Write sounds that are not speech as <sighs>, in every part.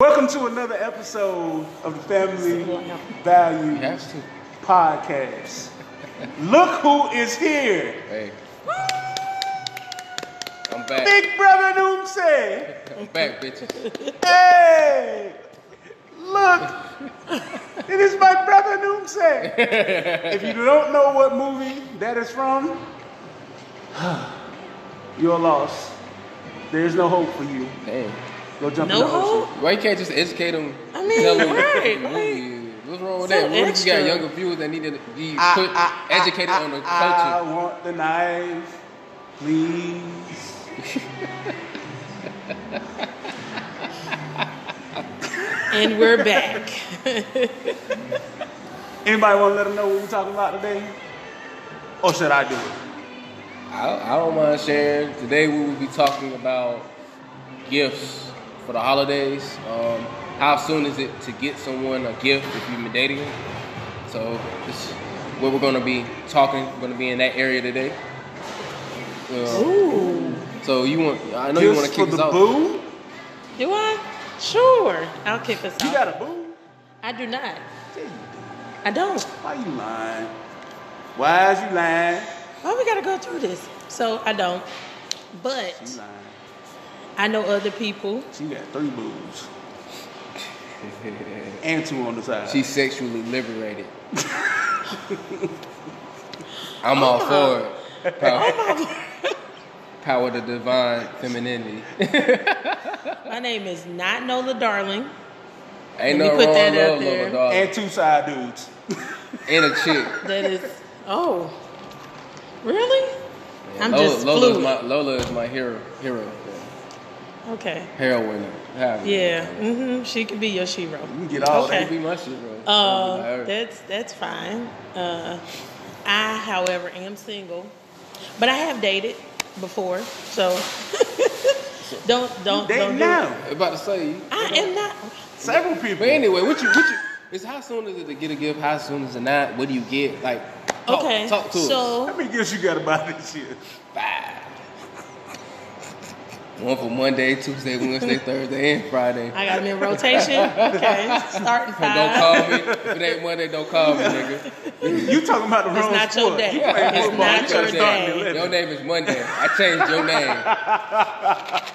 Welcome to another episode of the Family Value That's too. Podcast. Look who is here. Hey. I'm back. Big Brother Noomse. I'm back, bitches. Hey! Look! it is my brother Noomse. if you don't know what movie that is from, <sighs> you're lost. There's no hope for you. Hey. Go jump No in the ocean. hope? Why you can't just educate them? I mean, tell them right, what the movie is? What's wrong with so that? What if you got extra. younger viewers that need to be I- put, I- I- educated I- on the I culture? want the knife, please. <laughs> And we're back. Anybody want to let them know what we're talking about today? Or should I do it? I, I don't mind sharing. Today we will be talking about gifts for the holidays. Um, how soon is it to get someone a gift if you've been dating them? So this is what we're going to be talking. We're going to be in that area today. Uh, Ooh. so you want? I know you want Gifts to for kick us the off. boo? Do I? Sure. I'll kick us You off. got a boo? I do not. Yeah, you do. I don't. Why you lying? Why is you lying? Why we gotta go through this? So I don't. You But lying. I know other people. She got three <laughs> boobs. and two on the side. She's sexually <laughs> liberated. I'm all for <laughs> it. Power, power to divine femininity. My name is not Nola Darling. Ain't Let no me wrong put that out love, there. Lola, dog. and two side dudes. And a chick. That <laughs> is. Oh. Really? I'm Lola, just Lola is fluid. my Lola is my hero, hero, Okay. heroine. However. Yeah. Mm-hmm. She could be your shiro. You can get all That Okay. would be my shit, bro. That'd Uh, be my hero. that's that's fine. Uh, I, however, am single, but I have dated before, so <laughs> don't don't that. They don't do it. now. I'm about to say. you- I am not. Several people. But anyway, what you what you? It's how soon is it to get a gift? How soon is it not? What do you get? Like, talk, okay, talk to us. so How many gifts you got about this year? Five. One for Monday, Tuesday, <laughs> Wednesday, Thursday, and Friday. I got them in rotation. Okay, And starting <laughs> five. don't call me. <laughs> If it ain't Monday, don't call me, nigga. You talking about the It's wrong not your sport. day. You playing It's football. not You your gotta start day. at 11. Your name is Monday. I changed your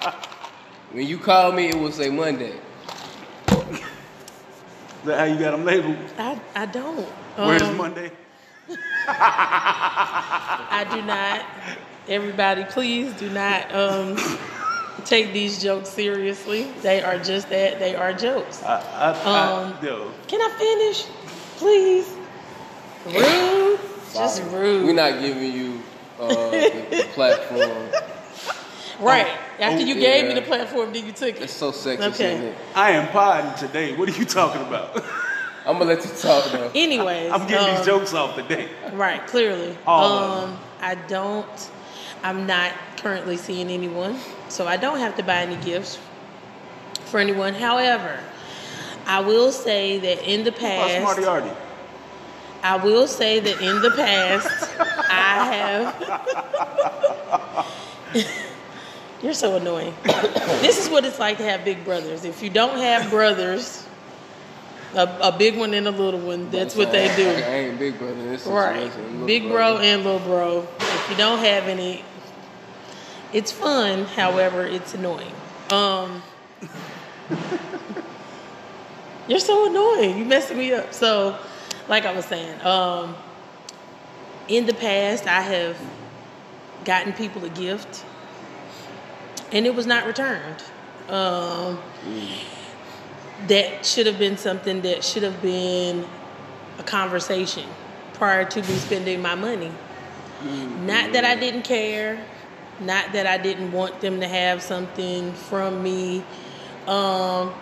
name. When you call me, it will say Monday. Is that how you got them labeled? I, I don't. Where's Um, Monday? I do not. Everybody, please do not <laughs> um, take these jokes seriously. They are just that. They are jokes. I, I, Um, I, yo, Can I finish? Please. Rude. Just rude. We're not giving you uh, the, the platform. right. After oh, you yeah. gave me the platform, then you took It's it. so sexist, Okay. isn't it? I am podding today. What are you talking about? I'm gonna let you talk though. Anyways. I'm getting um, these jokes off today. Right, clearly. All of um I don't I'm not currently seeing anyone, so I don't have to buy any gifts for anyone. However, I will say that in the About past Smarty Artie. I will say that in the past, I have. <laughs> You're so annoying. this is what it's like to have big brothers. If you don't have brothers, a, a big one and a little one, that's what they I, I do. ain't big brother. in This Right. situation. Little Big bro and little bro. If you don't have any, it's fun, however, it's annoying. Um, <laughs> you're so annoying. You messing me up. So, like I was saying, um, in the past, I have gotten people a gift and it was not returned. Um, Mm. That should have been something that should have been a conversation prior to me spending my money. Not that I didn't care, not that I didn't want them to have something from me, um,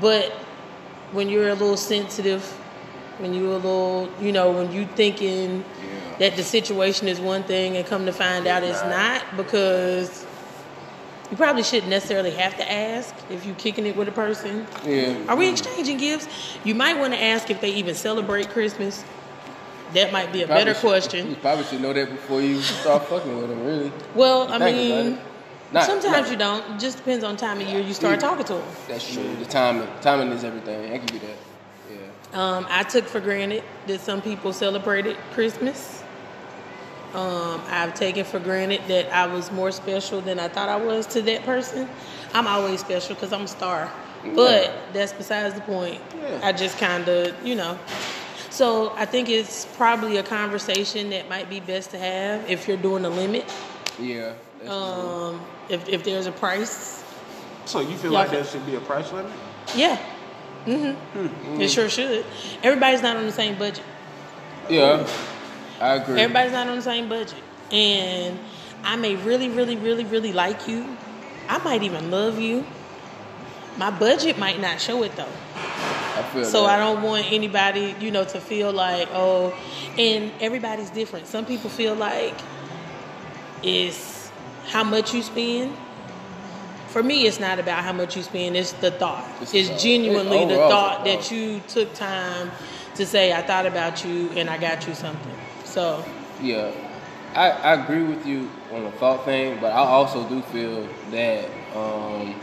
but when you're a little sensitive, when you're a little, you know, when you thinking Yeah. that the situation is one thing and come to find out it's not because you probably shouldn't necessarily have to ask if you're kicking it with a person. Yeah. Are we exchanging gifts? You might want to ask if they even celebrate Christmas. That might be a Probably better should- You question. probably should know that before you start fucking with them, really. Well, I Think about mean, it. Not- sometimes not- you don't. It just depends on time of year you start Mm. talking to them. That's true. The timing, timing is everything. I give you that. Yeah. Um, I took for granted that some people celebrated Christmas. Um, I've taken for granted that I was more special than I thought I was to that person. I'm always special because I'm a star, but Yeah. that's besides the point. Yeah. I just kind of, you know. So I think it's probably a conversation that might be best to have if you're doing a limit. Yeah. That's true. Um, if if there's a price, So you feel Y'all like can- there should be a price limit? yeah, Hmm. mm-hmm. it sure should. Everybody's not on the same budget. Yeah. I agree. Everybody's not on the same budget. And I may really, really, really, really like you. I might even love you. My budget might not show it though. I feel So that. I don't want anybody, you know, to feel like, oh, and everybody's different. Some people feel like it's how much you spend. For me, it's not about how much you spend, it's the thought. It's It's, the thought. genuinely It- the overall, thought it's that the you took time to say, I thought about you and I got you something. So Yeah, I, I agree with you on the thought thing, but I also do feel that um,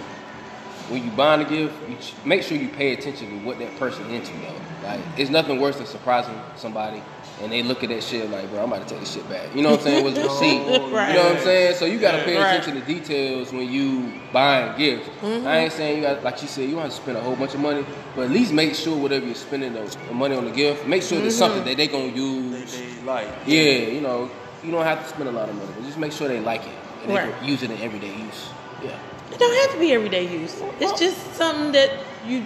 when you buying a gift, you ch- make sure you pay attention to what that person into though. Like, it's nothing worse than surprising somebody and they look at that shit like, bro, I'm about to take this shit back. You know what I'm saying? With the receipt. <laughs> Right. You know what I'm saying? So you gotta Yeah. pay Right. Mm-hmm. attention to details when you buying gifts. I ain't saying you got like you said you want to spend a whole bunch of money, but at least make sure whatever you're spending the the money on the gift, make sure there's something Mm-hmm. that they gonna They, use. they like. Yeah, you know, you don't have to spend a lot of money, but just make sure they like it and they Right. can use it in everyday use. Yeah. It don't have to be everyday use. It's just something that you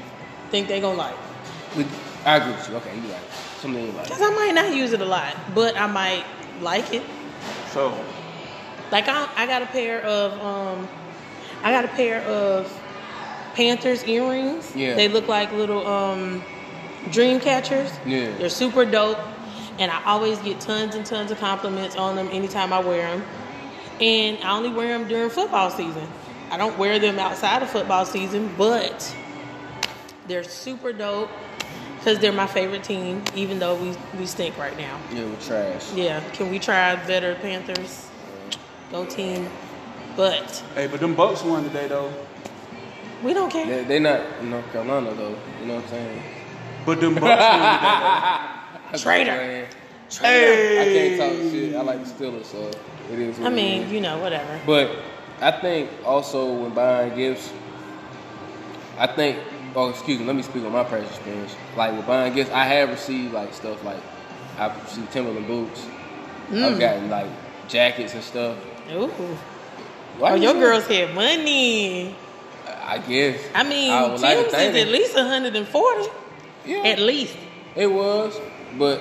think they gonna like. But I agree with you. Okay, you right. Something you like. Cause I might not use it a lot, but I might like it. So Like I, I got a pair of, um, I got a pair of Panthers earrings. Yeah. They look like little um, dream catchers. Yeah. They're super dope, and I always get tons and tons of compliments on them anytime I wear them. And I only wear them during football season. I don't wear them outside of football season, but they're super dope because they're my favorite team, even though we, we stink right now. Yeah, with trash. Yeah, can we try better Panthers? Go team. But hey, but them Bucks won today though. we don't care. They, they not in North Carolina though. You know what I'm saying? But them <laughs> Bucks won today. Traitor. I Hey. can't talk shit. I like the Steelers, so it is. I What it mean, is. you know, whatever. But I think also when buying gifts, I think. Oh, excuse me. Let me speak on my purchase experience. Like with buying gifts, I have received like stuff like I've received Timberland boots. Mm. I've gotten like jackets and stuff. Ooh. Why Oh, you your say- girls had money. I guess. I mean, I would Tim's like to is thank at them. least 140. Yeah. At least. It was, but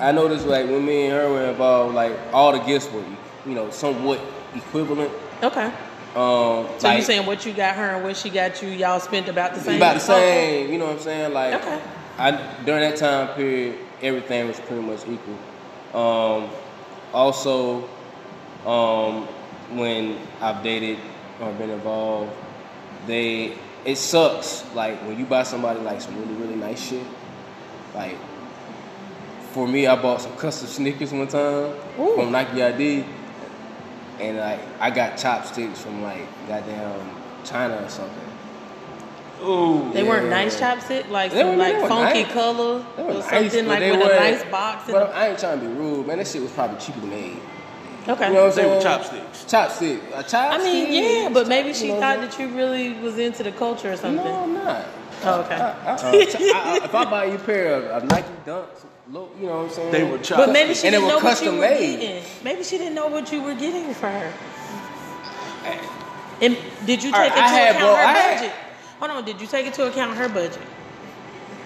I noticed like when me and her were involved, like all the gifts were, you know, somewhat equivalent. Okay. Um, So like, you saying what you got her and what she got you, y'all spent about the same? about the Okay. same? You know what I'm saying? Like, Okay. I during that time period, everything was pretty much equal. Um, also, um, when I've dated or been involved, they it sucks. Like when you buy somebody like some really really nice shit, like for me, I bought some custom <laughs> sneakers one time Ooh. from Nike ID, and like I got chopsticks from like goddamn China or something. Ooh. They weren't Yeah. nice chopsticks, like They some were- they like were funky nice. color They or were nice, something but like they with were, a nice box. And But I ain't trying to be rude, man. That shit was probably cheaply made. okay. You know They what I'm saying? were chopsticks. Chopstick. A chopstick. I mean, yeah, but maybe she You know thought what that you really was into the culture or I'm something. saying? No, I'm not. Oh, okay. Uh-uh. I- I- if I buy you a pair of, of Nike Dunks, look, you know what I'm saying? They were chopsticks. but maybe she And they didn't were know what you custom were made. getting. Maybe she didn't know what you were getting for her. Hey. And did you All take right, I into had account both- her I had- budget? Hold on, did you take into account her budget?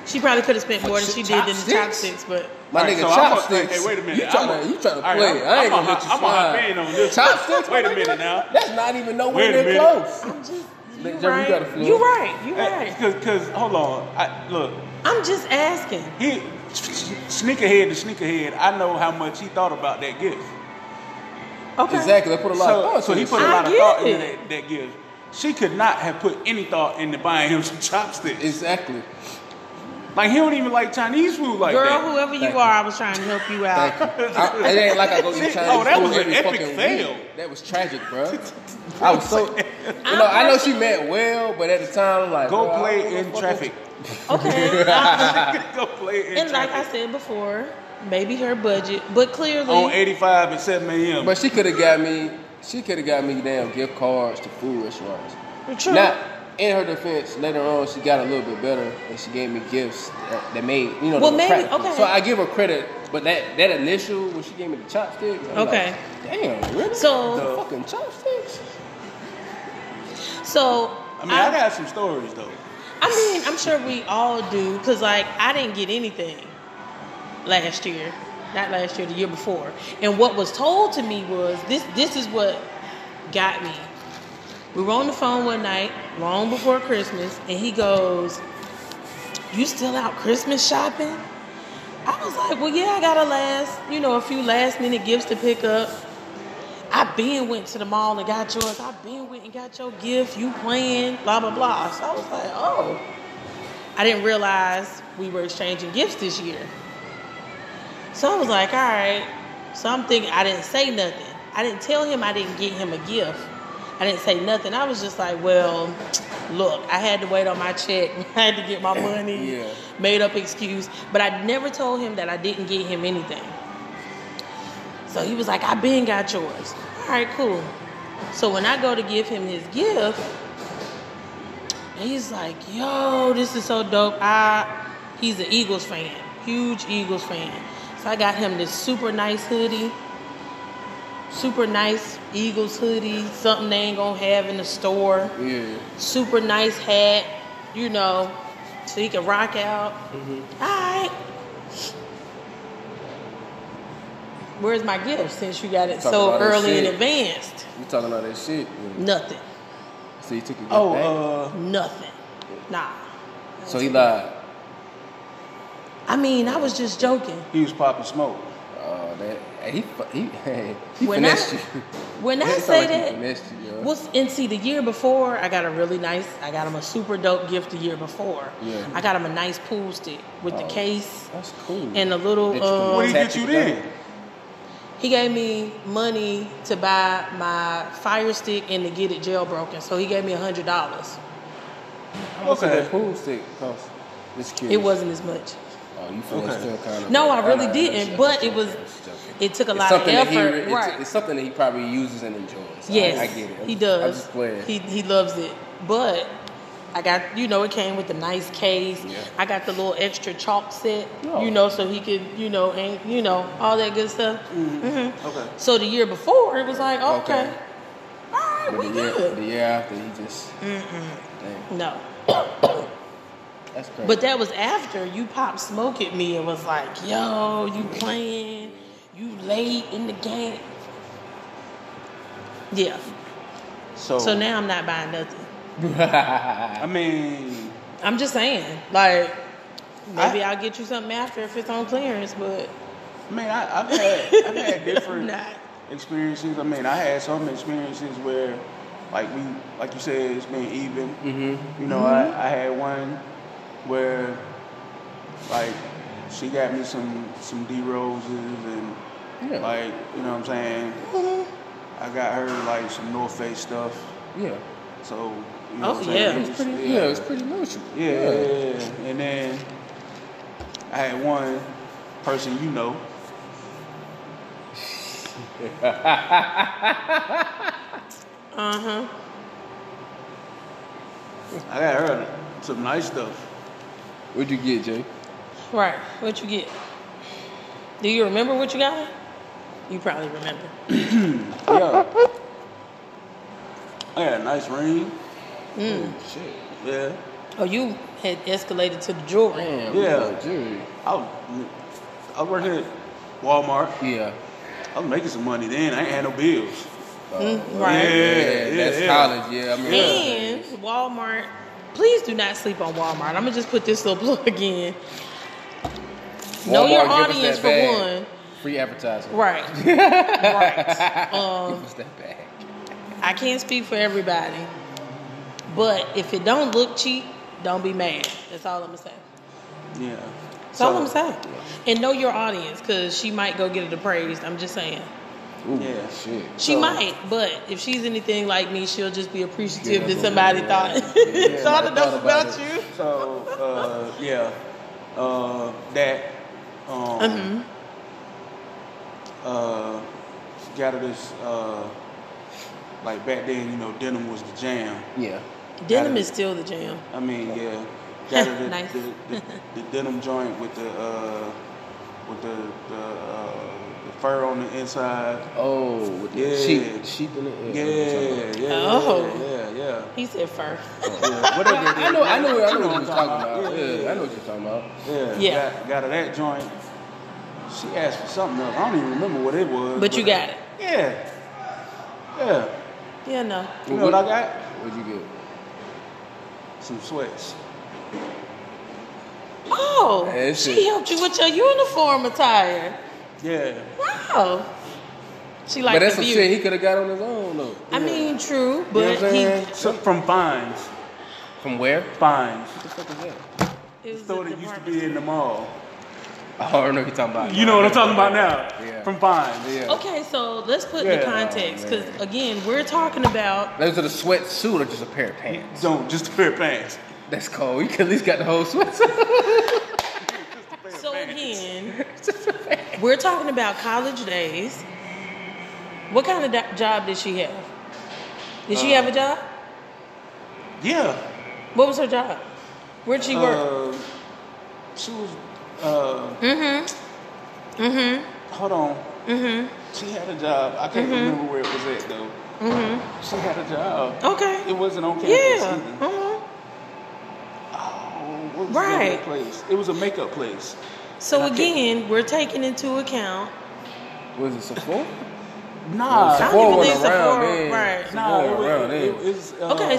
She probably could have spent more than shit, she did in the chopsticks? chopsticks, but My Alright, nigga, so I'm a- chopsticks. hey, wait a minute. You trying I'm to, a- you trying to alright, play? I'm- I ain't I'm gonna a let you hop- I'm a hop slide. in on this. Chopsticks. Wait a my nigga? minute now. That's not even nowhere Wait a near minute. close. I'm just Nick, you Jerry, you got a right. floor. You right. You right. Because, hold on. I, look, I'm just asking. he sneakerhead to sneakerhead, I know how much he thought about that gift. Okay. Exactly. I put a lot of oh, So, thought so to he this put a shit. lot I of get thought into it. that, that gift. She could not have put any thought into buying him some chopsticks. Exactly. like he don't even like Chinese food like Girl, that. whoever you Thank are, I was trying to help you out. <laughs> Thank you. I, it ain't like I go eat Chinese Oh, that food was an every epic fucking fail. week. That was tragic, bro. <laughs> I was so. You know, I know she meant well, but at the time, I'm like, Go bruh, I don't play in fuck traffic. Okay. <laughs> I- <laughs> Go play in and like traffic. I said before, maybe her budget, but clearly, Oh, On 85 at 7 a.m. But she could have got me. She could have got me damn gift cards to food restaurants. true. Not in her defense. Later on, she got a little bit better, and she gave me gifts that, that made you know. Well, that were maybe- practical. okay. So I give her credit, but that that initial when she gave me the chopsticks. I'm Okay. Like, damn, really? So- The fucking chopsticks. so I mean, I got some stories though. I mean, I'm sure we all do, cause like I didn't get anything last year, not last year, the year before. And what was told to me was this: this is what got me. We were on the phone one night, long before Christmas, and he goes, "You still out Christmas shopping?" I was like, "Well, yeah, I got a last, you know, a few last minute gifts to pick up." I been went to the mall and got yours. I been went and got your gift. You playing, blah blah blah. So I was like, oh. I didn't realize we were exchanging gifts this year. So I was like, all right. So I'm thinking I didn't say nothing. I didn't tell him I didn't get him a gift. I didn't say nothing. I was just like, well, look, I had to wait on my check. <laughs> I had to get my money. Yeah. Made up excuse. But I never told him that I didn't get him anything. So he was like, I been got yours. All right, cool. So when I go to give him his gift, he's like, yo, this is so dope. I he's an Eagles fan, huge Eagles fan. So I got him this super nice hoodie. Super nice Eagles hoodie, something they ain't gonna have in the store. Yeah. Super nice hat, you know, so he can rock out. Mm-hmm. All right. Where's my gift since you got it Talk so about that early and shit. advanced? You talking about that shit? Yeah. Nothing. So he took a gift Oh, back. uh, Nothing. Nah. so he lied. I mean, I was just joking. he was popping smoke. Oh, that hey, he fu- he <laughs> he When I- finessed you. When I It sound say like <laughs> he that, finessed you, yo. was and see the year before I got a really nice. I got him a super dope gift the year before. Yeah. I got him a nice pool stick with the Oh. case That's cool. and a little. That you can um, What did he get you Tactical gun. then? He gave me money to buy my fire stick and to get it jailbroken. So he gave me hundred dollars. How much did Okay. that pool stick cost? Just curious. It wasn't as much. Oh, you feel Okay. still kind of. No, I really know, didn't, that's- but that's it was- joking, that's joking. It took a It's lot of something that he effort. re- it's- right. It's something that he probably uses and enjoys. I- yes. I, get it. I'm He just- does. I'm just playing. He he loves it. But I got you know, it came with a nice case. Yeah. I got the little extra chalk set, Oh. you know, so he could, you know, and you know, all that good stuff. Okay. So the year before it was like, oh, okay. Okay. All right, but we the year, good. the year after, he just. Dang, No. that's crazy. But that was after you pop smoke at me and was like, yo, you playing, you late in the game. Yeah. So, So now I'm not buying nothing. I mean, I'm just saying, like, maybe I, will get you something after if it's on clearance, but I mean, I, I've had I've had different Nah. experiences. I mean, I had some experiences where, like we, like you said, it's been even. Mm-hmm. You know, I, I had one where, like, she got me some some D roses and Yeah. like you know what I'm saying. I got her like some North Face stuff. yeah. So you know Oh, what I'm yeah. saying? It was Pretty, yeah. it's pretty neutral. Yeah, yeah, yeah, yeah. And then I had one person you know. uh huh. I got her some nice stuff. What'd you get, Jay? Right. What you get? Do you remember what you got? You probably remember. Yeah. I got a nice ring. Oh, shit. Yeah. Oh, you had escalated to the jewelry. Damn. Yeah. Yeah. Jewelry. I was, I was working at Walmart. Yeah. I was making some money then. I ain't had no bills. Right. Yeah, yeah, That's yeah. college. Mm. Yeah. I mean, And Walmart, <laughs> please do not sleep on Walmart. I'm gonna just put this little plug in. know your Walmart, give us audience that for bag. one. Free advertising. Right. <laughs> right. Um, Give us that bag. I can't speak for everybody, but if it don't look cheap, don't be mad. That's all I'm gonna say. Yeah. That's all I'm gonna say. And know your audience, cause she might go get it appraised. I'm just saying. Ooh, Yeah. Shit. She So- might, but if she's anything like me, she'll just be appreciative Yeah, that somebody yeah, thought <laughs> yeah, thought yeah, thought enough about about it. you. So uh, yeah, uh, that um, uh, got her this uh, like back then. You know, denim was the jam. Yeah. Denim Got it. is still the jam. I mean, <laughs> yeah, got her the, Nice. the, the, the denim joint with the uh, with the the, uh, the fur on the inside. Oh, with the Yeah. sheep, sheep in the Yeah, yeah, <laughs> yeah, yeah, Oh. yeah, yeah. He said fur. yeah. Whatever it I is, know, I yeah. know, I know You what you're talking about. Yeah, Yeah, I know what you're talking about. Yeah, Yeah. Got, got her that joint. She asked for something else. I don't even remember what it was. uh, But you got it. Yeah. Yeah. Yeah, no. You know what I got? What'd you get? Some sweats. Oh, That she shit- helped you with your uniform attire. Yeah. Wow. She but liked that's the some view. shit he could have got on his own though. I mean, true, You know but what I'm saying? he. Some from Fines. From where? <laughs> Fines. What the fuck is that? It was Store a that used to department be in the mall. Oh, I don't know what you're talking about. You know what I'm talking about now. Yeah. From Fines. Yeah. Okay, so let's put Yeah. the context Oh, because man. again, we're talking about Those are the sweatsuit or just a pair of pants. Don't just a pair of pants. That's cold. <laughs> You could at least got the whole sweatsuit. <laughs> so <laughs> again, we're talking about college days. What kind of do- job did she have? Did she have a Uh. job? Yeah. What was her job? Where'd she work? Uh, she was. Uh, mm-hmm. Mm-hmm. Hold on. Mm-hmm. She had a job. I can't remember where it was at though. Mm-hmm. She had a job. Okay. Uh, It wasn't on campus. yeah. either. Uh-huh. Oh, what was the Right. name of that place? It was a makeup place. So And I can't- again, we're taking into account. Was it Sephora? Nah. I Sephora don't even wasn't think around Sephora- then. right. Sephora Nah. It, was- around eh? it, then. it was, uh, Okay,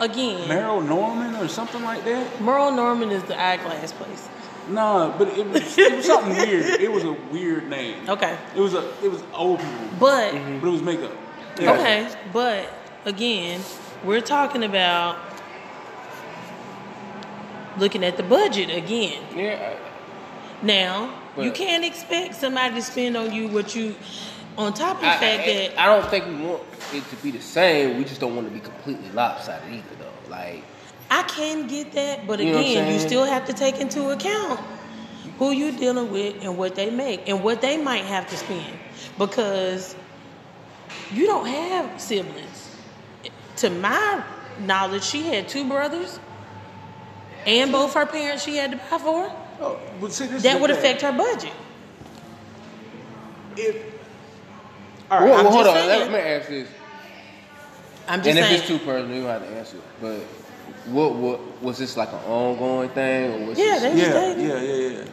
<clears throat> again, Merrill Norman or something like that. Merle Norman is the eyeglass place. Nah, but it was, it was something weird. It was a weird name. Okay. It was a it was old people, But but it was makeup. Oh. Yeah. Okay, but again, we're talking about looking at the budget again. yeah. Now, you But- can't expect somebody to spend on you what you, on top of the I, fact I, that, I don't think we want it to be the same. We just don't want it to be completely lopsided either, though. Like, I can get that, but You know what I'm again, you saying? still have to take into account who you dealing with and what they make and what they might have to spend because you don't have siblings. To my knowledge, she had two brothers, and both her parents she had to buy for. Oh, but see, this is That the would thing. affect her budget. If all Well, right, I'm well, hold just on. Let, saying. let me ask this. I'm just And if saying. it's too personal, you don't have to answer. it. But what, what was this like an ongoing thing, or was yeah, this, they was yeah, dating. yeah, yeah, yeah.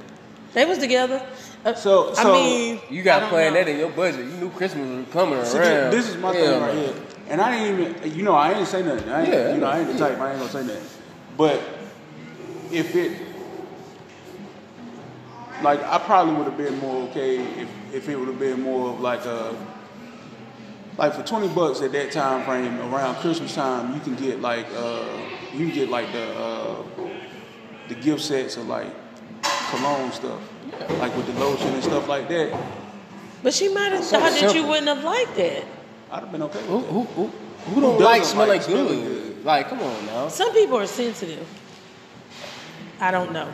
They was together. Uh, So- I so- mean, you I got don't playing know. that in your budget? You knew Christmas was coming See, around. this, this is my Hell thing right no. here, and I didn't even, you know, I ain't say nothing. I ain't, Yeah, you know, I ain't the yeah. type. I ain't gonna say nothing. But if it, like, I probably would have been more okay if if it would have been more of like a, like for twenty bucks at that time frame around Christmas time, you can get like uh, you can get like the uh, the gift sets of like cologne stuff, like with the lotion and stuff like that. But she might have So thought that you simple. wouldn't have liked that. I'd have been okay. With Who, that. who, who, who don't doesn't like like smelling smelling good? Like, come on now. Some people are sensitive. I don't know.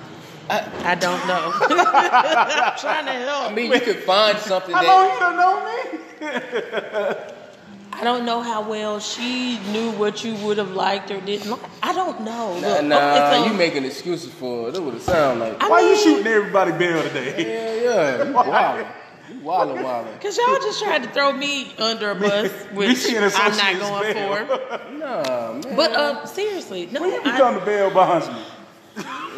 Uh, I, <laughs> don't know. <laughs> I'm trying to help. I mean, you could find something How long that. you don't know me? I don't know how well she knew what you would have liked or didn't like. I don't know. Look, Nah, okay, nah so- uh, you making excuses for it. That would sound like. Uh, I Why you mean, shooting everybody bail today? Yeah, yeah. You wildin'. You wildin', wildin'. Cause y'all just tried to throw me <laughs> under a bus, which and I'm not associates going bail. for. Nah, man. But uh, seriously, <laughs> no. When you I- become the bail bondsman?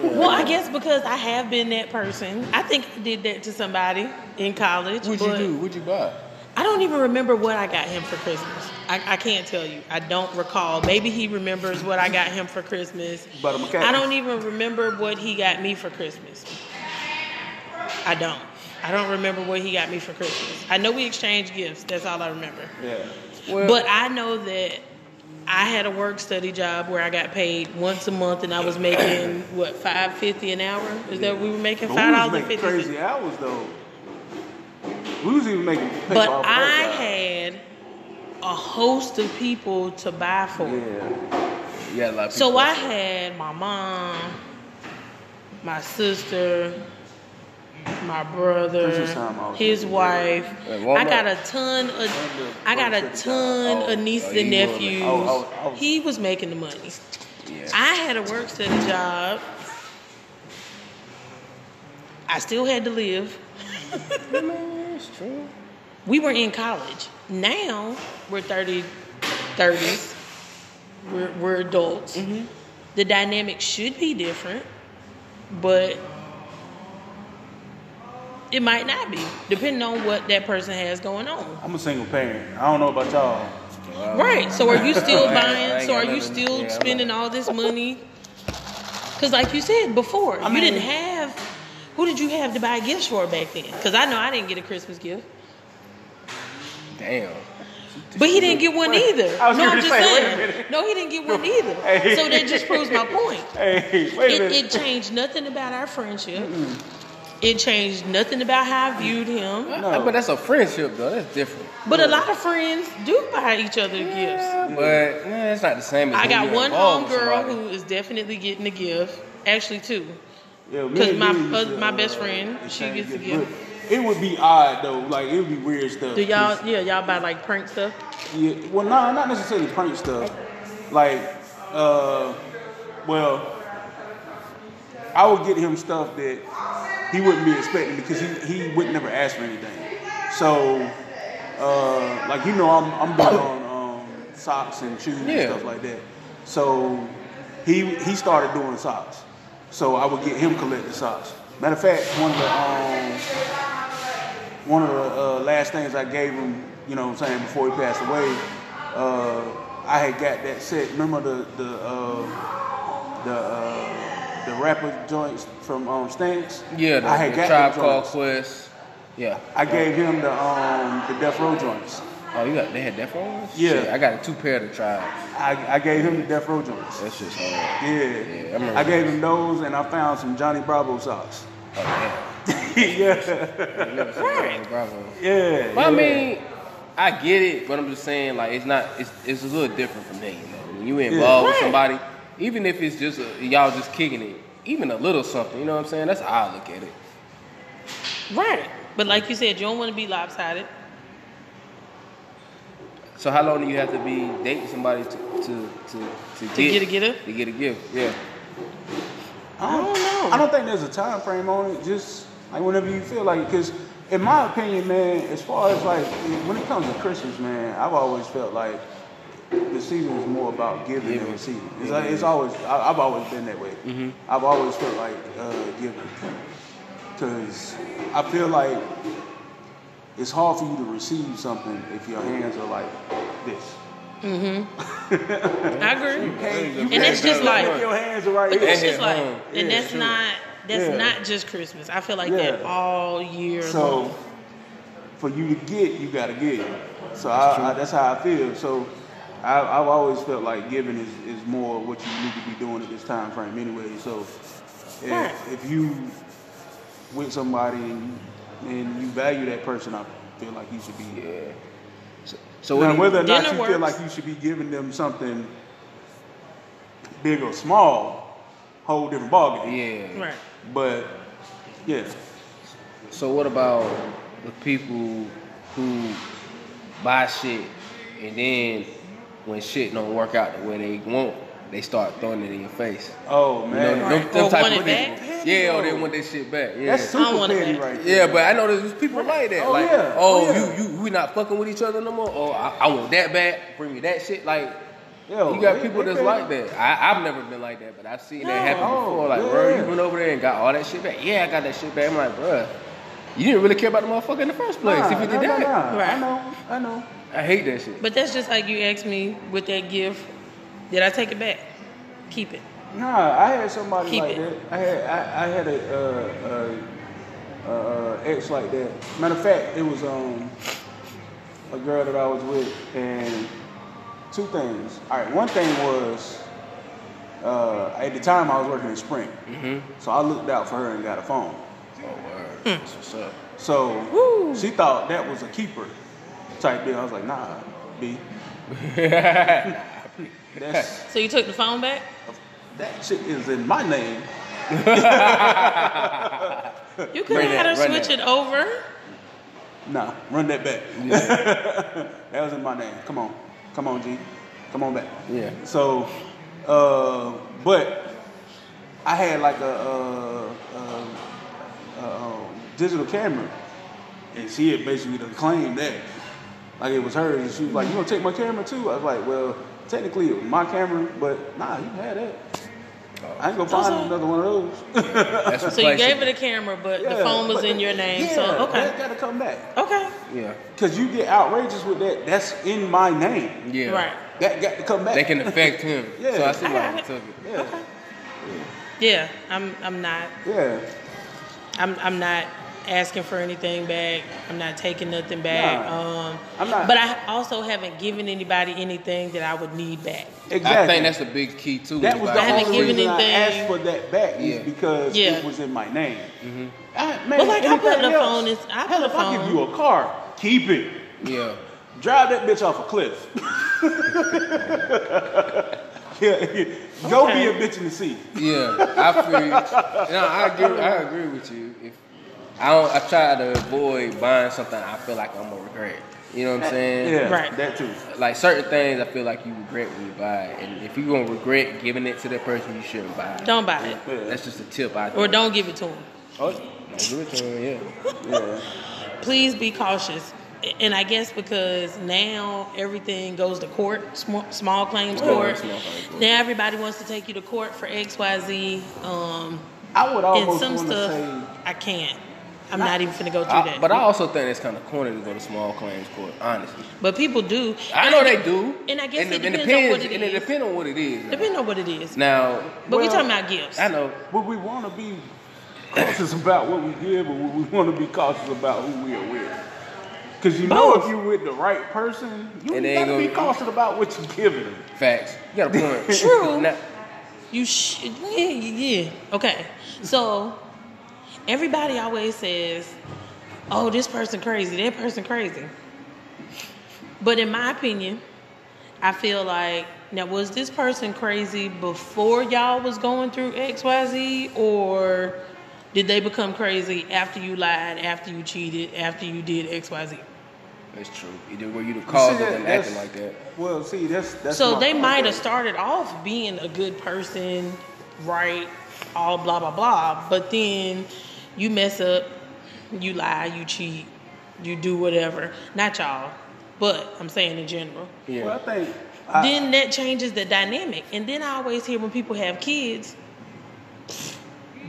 Well, I guess because I have been that person. I think I did that to somebody in college. What'd you but do? What'd you buy? I don't even remember what I got him for Christmas. I, I can't tell you. I don't recall. Maybe he remembers what I got him for Christmas. But I'm a cat. I don't even remember what he got me for Christmas. I don't. I don't remember what he got me for Christmas. I know we exchanged gifts. That's all I remember. Yeah. Well, But I know that I had a work study job where I got paid once a month, and I was making what five fifty an hour. Is that what we were making But five we was dollars making and fifty crazy cents? hours though. We was even making paper But off I that job. had a host of people to buy for. Yeah. yeah, a lot of So people- I had my mom, my sister, my This is brother, time I was his looking at. wife. At Walmart? I got a ton of I got a ton of nieces Oh, and you were- nephews. oh, oh, oh. He was making the money. Yeah. I had a work study job. I still had to live. That's true. We were in college. Now we're 30, 30s. We're, we're adults. Mm-hmm. The dynamic should be different, but it might not be, depending on what that person has going on. I'm a single parent. I don't know about y'all. Right. So are you <laughs> I still ain't- I buying? ain't So are got you nothing. still Yeah, I'm spending all this money? Because, like you said before, you mean- didn't have. Who did you have to buy gifts for back then? Because I know I didn't get a Christmas gift, Damn. but he didn't get one either. I was no, gonna I'm just say, wait a saying. minute. No, he didn't get one either. Hey. So that just proves my point. Hey, <laughs> wait a It, minute. it changed nothing about our friendship. It changed nothing about how I viewed him. No. I- But that's a friendship though. That's different. But a lot of friends do buy each other gifts. But eh, it's not the same as I when got you're one involved with homegirl somebody. who is definitely getting a gift. Actually, two. Yeah, me 'Cause and my- you used uh, my best uh, friend, she exchange gets to gifts, give. but It would be odd though. Like it would be weird stuff. Do y'all? Yeah, y'all buy like prank stuff. Yeah, well, nah, not necessarily prank stuff. Like, uh, well, I would get him stuff that he wouldn't be expecting because he, he would never ask for anything. So, uh, like you know, I'm I'm big on um, socks and shoes Yeah. and stuff like that. So he he started doing socks. So I would get him collecting socks. Matter of fact, one of the um, one of the uh, last things I gave him, you know what I'm saying, before he passed away, uh, I had got that set. Remember the the uh, the uh, the rapper joints from um, Stance? Yeah, the, I had the got tribe them called joints. Quest. Yeah. I gave him the um, the Death Row joints. Oh, you got they had that for us? Yeah. Shit, I got a two pair of the tribes. I, I gave him the Death Row joints. That's just hard. Yeah, I remember I, gave him those, and I found some Johnny Bravo socks. Oh yeah. <laughs> yeah, I've never seen Johnny Bravo. yeah. But I mean, I get it, but I'm just saying like it's not it's it's a little different from that, you know. When you involved with Right. somebody, even if it's just a, y'all just kicking it, even a little something, you know what I'm saying? That's how I look at it. Right. But like you said, you don't want to be lopsided. So how long do you have to be dating somebody to to to, to, get a get-up? To get a gift, yeah. I don't know. I don't think there's a time frame on it. Just like whenever you feel like it. Because in my opinion, man, as far as like when it comes to Christmas, man, I've always felt like the season is more about giving Mm-hmm. than receiving. It's, like, it's always I, I've always been that way. I've always felt like uh, giving because I feel like it's hard for you to receive something if your hands are like this. I agree. Hey, you And can't that's just feel it like- if your hands are right But here. that's Yeah, just like, home. and Yeah, that's true. not that's Yeah. not just Christmas. I feel like that Yeah. all year So long. for you to get, you gotta give. So I, I, that's how I feel. So I, I've always felt like giving is, is more what you need to be doing at this time frame anyway. So Right. if, if you with somebody and you, and you value that person, I feel like you should be. Yeah. So, so what Now, do you- whether or not Dinner you feel works. like you should be giving them something big or small, whole different ballgame. yeah. Right. But yeah, So what about the people who buy shit and then when shit don't work out the way they want, they start throwing it in your face. oh You know, man, them, them Or type want of it back? people. Yeah, or they want that shit back. Yeah. that's I super want it petty back. right there. yeah, but I know there's people like that. Oh, like, yeah. oh, Oh, yeah. you you we not fucking with each other no more. Oh, I, I want that back. Bring me that shit. Like, Yo, you got it- people it that's been- like that. I, I've never been like that, but I've seen that happen No. before. Like, Oh, Yeah. bro, you went over there and got all that shit back. Yeah, I got that shit back. I'm like, bro, you didn't really care about the motherfucker in the first place. Nah, if you did nah, that, nah, nah. Right. I know, I know. I hate that shit. But that's just like you asked me with that gift. Did I take it back? Keep it. Nah, I had somebody Keep like it. that. I had, I, I had a, uh, uh, uh, ex like that. Matter of fact, it was um, a girl that I was with, and two things. All right, one thing was uh, at the time I was working in Sprint, Mm-hmm. so I looked out for her and got a phone. Oh, word. That's what's up. So Hmm. Woo. she thought that was a keeper type deal. I was like, nah, <laughs> B. That's So you took the phone back? that shit is in my name. You could have Run had her that, run switch that. it over. Nah, run that back. <laughs> that was in my name. Come on, come on, G. Come on back. Yeah. So, uh, but I had like a, uh uh uh um, digital camera, and she had basically done claimed that. Like it was hers, and she was like, "You gonna take my camera too?" I was like, "Well, technically it was my camera, but nah, you had that. I ain't gonna find Those are- another one of those." <laughs> That's So you replaceable. gave her the camera, but Yeah, the phone was <laughs> but in that- your name. Yeah, so okay, that gotta come back okay, Yeah. because you get outrageous with that. That's in my name. Yeah. right, That got to come back. They can affect him. Yeah. So I see <laughs> I why got he it. took it. Yeah. yeah. I'm I'm not Yeah. I'm I'm not asking for anything back. I'm not taking nothing back. Nah. um, I'm not- But I also haven't given anybody anything that I would need back. Exactly. I think that's the big key too. that was Like, the I haven't only given reason I anything. asked for that back Yeah. is because Yeah. it was in my name. Mm-hmm. I, man, But, like, I put anything the else- phone is- I hell, put if the I phone- give you a car, keep it. Yeah. Drive that bitch off a cliff. <laughs> yeah, yeah. Go Okay. be a bitch in the sea. Yeah, I feel. you. No, I agree. I agree with you. If I don't, I try to avoid buying something I feel like I'm gonna regret. You know what I'm saying? Yeah, Right. that too. Like certain things, I feel like you regret when you buy, it. and if you gonna regret giving it to that person, you shouldn't buy. it. Don't buy it, That's just a tip I. or think. don't give it to them. Oh, don't give it to him. Yeah. Yeah. Please be cautious. And I guess because now everything goes to court, small, small claims Yeah, court. small claims court. Now everybody wants to take you to court for X, Y, Z. Um, I would and almost some want stuff to I can't. I'm not even finna go through I- that. but But, I also think it's kind of corny to go to small claims court. Honestly, people do. I know they do. and I guess it and depends on depends, what it and is. it depends on what it is. Now, Depending on what it is. now but we well, talking about gifts. I know. say, would we want to be cautious about what we give, or would we want to be cautious about who we are with? Because you know, Both. if you're with the right person, you And they gotta ain't be gonna- cautious about what you're giving them. Facts. You got a point. <laughs> <laughs> True. Now- You should. Yeah, yeah. yeah. Okay. So everybody always says, "Oh, this person crazy. That person crazy." But in my opinion, I feel like now was this person crazy before y'all was going through X, Y, Z, or did they become crazy after you lied, after you cheated, after you did X, Y, Z? That's true. Either were you the cause of See, that- them that's- acting like that. Well, see, that's that's. so my they point, might though. have started off being a good person, right? All blah blah blah. But then you mess up, you lie, you cheat, you do whatever. Not y'all, but I'm saying in general. Yeah. Well, I think. I, then that changes the dynamic. And then I always hear when people have kids,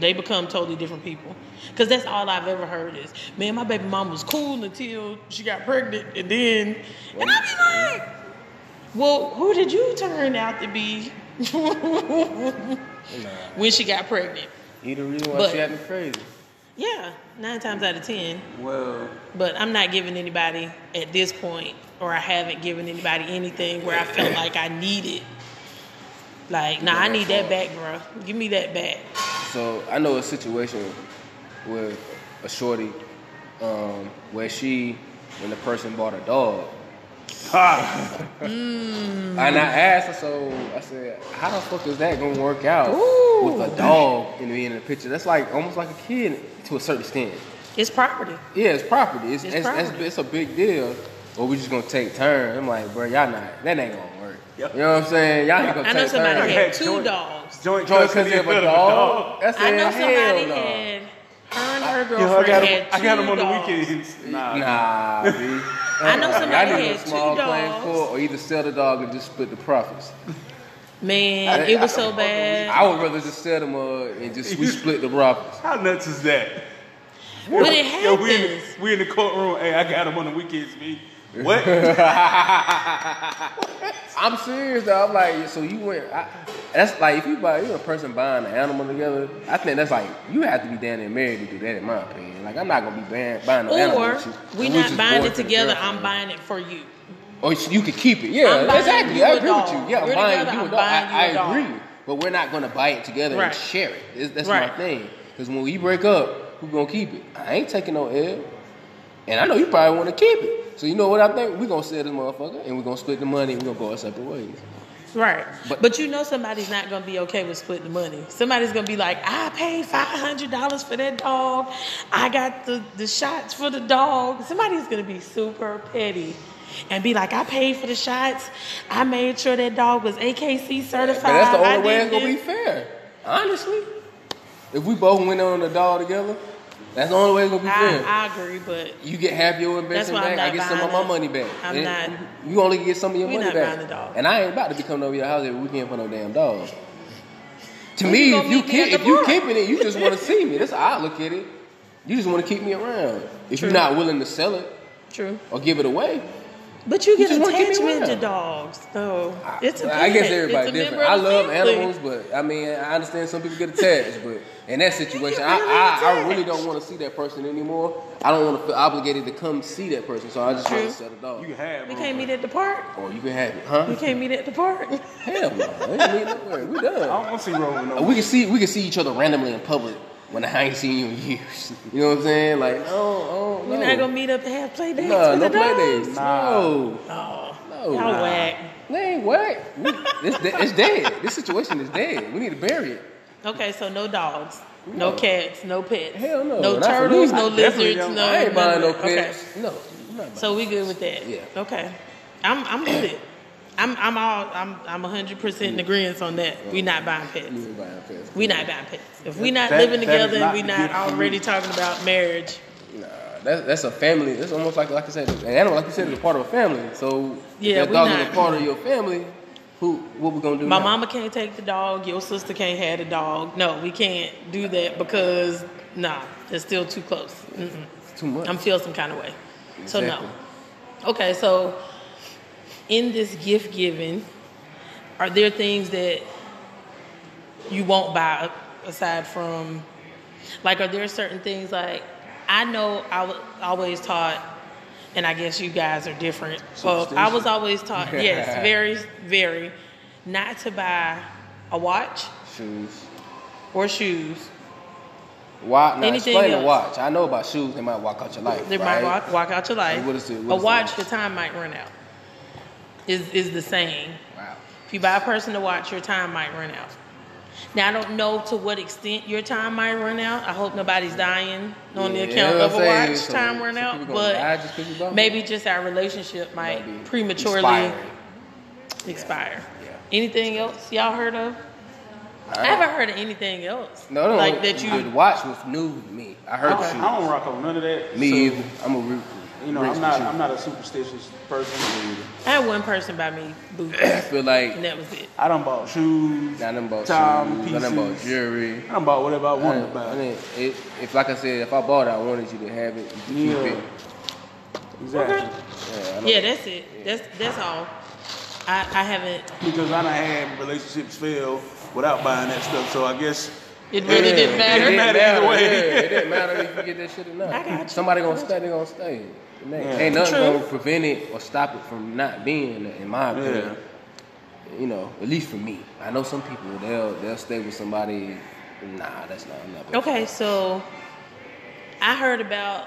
they become totally different people. Cause that's all I've ever heard is, man, my baby mom was cool until she got pregnant, and then, and I be like, well, who did you turn out to be <laughs> nah. when she got pregnant? He the reason why But- she acting crazy. Yeah, nine times out of ten. well, But I'm not giving anybody at this point, or I haven't given anybody anything where I felt like I needed. Like, nah, I need that back, bro. Give me that back. So I know a situation with a shorty um, where she, when the person bought a dog, <laughs> and Mm. I asked her, so I said, how the fuck is that gonna work out Ooh. with a dog and being in the picture? That's like almost like a kid to a certain extent. It's property. Yeah, it's property. It's It's it's, it's, property. it's a big deal. But we just gonna take turns. I'm like, bro, y'all not. That ain't gonna work. Yep. You know what I'm saying? Y'all ain't gonna I know take somebody turns. had Hey, two Jordan. dogs. joint Joint custody custody of a the dog. That's I know it. Hell somebody no. had her and her Yeah, I girlfriend got him. had two I got him on dogs. the weekends. Nah. Nah, B. I know Y'all somebody need to had go small two claims dogs. court or either sell the dog and just split the profits. Man, I- it was I- so bad. I would rather just sell the mug and just we split the profits. How nuts is that? But it Yo, we in, happens. the, we in the courtroom. Hey, I got him on the weekends, B. <laughs> What? I'm serious though. I'm like, so you went. I, that's like if you buy you're a person buying an animal together. I think that's like you have to be down there married to do that. In my opinion, like I'm not gonna be buying buying no animal. Or with you. we We not just buying bored it for the together. girlfriend. I'm buying it for you. Or it's- you could keep it. Yeah, I'm buying exactly. you I a agree with dog. you. Yeah, I'm We're buying together, you a I'm dog. I, buying you a I dog. agree. But we're not going to buy it together Right. and share it. It's- That's my Right. thing. Because when we break up, who's going to keep it? I ain't taking no L. And I know you probably want to keep it. So you know what I think? We're going to sell this motherfucker and we're going to split the money and we're going to go our separate ways. Right. But- But, you know somebody's not gonna be okay with splitting the money. Somebody's gonna be like, I paid five hundred dollars for that dog. I got the, the shots for the dog. Somebody's gonna be super petty and be like, I paid for the shots. I made sure that dog was AKC certified. But that's the I only way did it's going to be this." fair. Honestly. If we both went on the dog together, that's the only way it's going to be fair. I, I agree, but You get half your That's investment why I'm back. I get not some of my buying money it. back. I'm And not- You only get some of your We money not back. buying a dog. And I ain't about to be coming over your house every weekend for no damn dog. To Well, me, you gonna if you meet me at keep, the if you park. keeping it, you just <laughs> want to see me. That's how I look at it. You just want to keep me around. If you're True. not willing to sell it true. or give it away, But you get just wanna keep me attachment to around. dogs, though. I- It's a I guess pet. everybody It's a different. member of I the love family. animals, but I mean, I understand some people get attached, but in that situation, I, really I, I really attached. don't want to see that person anymore. I don't want to feel obligated to come see that person, so I just want True. to sell the You dog. can have. We bro. can't meet at the park. Or Oh, you can have it, huh? We can't meet at the park. Hell no, that ain't no way. We I <laughs> done. don't want to see rolling Uh, no. We can see we can see each other randomly in public when I ain't seen you in years. You know what I'm saying? Like, no, oh, no. We're not gonna meet up and have play dates Nah, with no the play dogs. days. Nah. No, Oh, no. y'all Nah. whack. Dang, what? We, it's, de- it's dead. This situation is dead. We need to bury it. Okay, so no dogs, no, No. cats, no pets, Hell no, no not for turtles, me. no I definitely lizards, don't- no. I ain't buying no none of that. pets. No, I'm not Okay, buying. so we good with that. Yeah. Okay, I'm I'm with it. I'm I'm all I'm I'm 100 percent in agreement on that. We not buying we pets. ain't buying pets. We not buying pets. If we not That- living that is together not and we the not gift for already you. talking about marriage, Nah, that's that's a family. That's almost like like I said, an animal. Like you said, is a part of a family. So Yeah, if that we dog is a not- part of your family. Who? What we gonna do? My now? mama can't take the dog. Your sister can't have the dog. No, we can't do that because nah, it's still too close. Mm-mm. Too much. I'm feel some kind of way. So Exactly. no. Okay, so in this gift giving, are there things that you won't buy aside from like are there certain things like I know I was always taught and I guess you guys are different. Well, I was Superstition. always taught, yes, very, very, not to buy a watch Shoes. or shoes. Why? Now Anything explain the else? watch. I know about shoes. They might walk out your life. They right? might walk, walk out your life. And what is the- what a is the watch, watch? the time might run out. Is is the saying. Wow. If you buy a person to watch, your time might run out. Now I don't know to what extent your time might run out. I hope nobody's dying on Yeah, the account you know of what a I'm saying? watch So- time run so out, people gonna die but just 'cause you bought it? maybe just our relationship might Might be prematurely expiring. expire. Yeah. Anything else y'all heard of? I haven't heard of anything else. No, no. like that you. The watch was new to me. I I heard don't, shoes. I don't rock on none of that. me so, either. I'm a root. You know, I'm not. I'm not a superstitious person. I had one person buy me boots, I feel like and that was it. I done bought shoes. not about Time shoes. Not about pieces. jewelry. I done bought whatever I I wanted to didn't- I buy. didn't- it, if like I said, if I bought it, I wanted you to have it. You could keep Yeah. it. Exactly. Okay. Yeah, I know. Yeah, that's it. That's that's all. I, I haven't. Because I done had relationships fail without buying that stuff. So I guess It really Yeah, didn't matter. It didn't matter either way. Yeah, it didn't matter if you get that shit or not. I got you. Somebody gonna stay. They gonna stay. It ain't- Yeah. Ain't nothing True. gonna prevent it or stop it from not being, in my opinion. You know, at least for me. I know some people they'll they'll stay with somebody. Nah, that's not enough. Okay, so I heard about,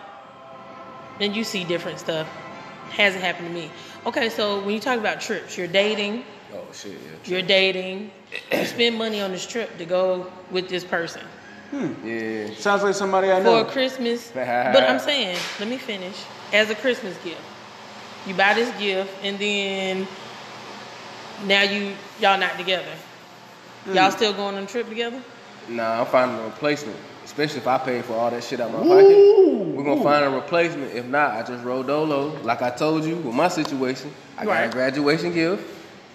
and you see different stuff. Hasn't happened to me. Okay, so when you talk about trips, you're dating, Oh shit. Yeah. you're dating, you spend money on this trip to go with this person yeah. sounds like somebody I for know. <laughs> a Christmas. but I'm saying, let me finish. As a Christmas gift, you buy this gift, and then now you y'all not together. Mm. Y'all still going on a trip together? Nah, I'm finding a replacement. Especially if I paid for all that shit out my Ooh, pocket. We're gonna find a replacement. If not, I just roll dolo. Like I told you, with my situation, I got a Right. graduation gift.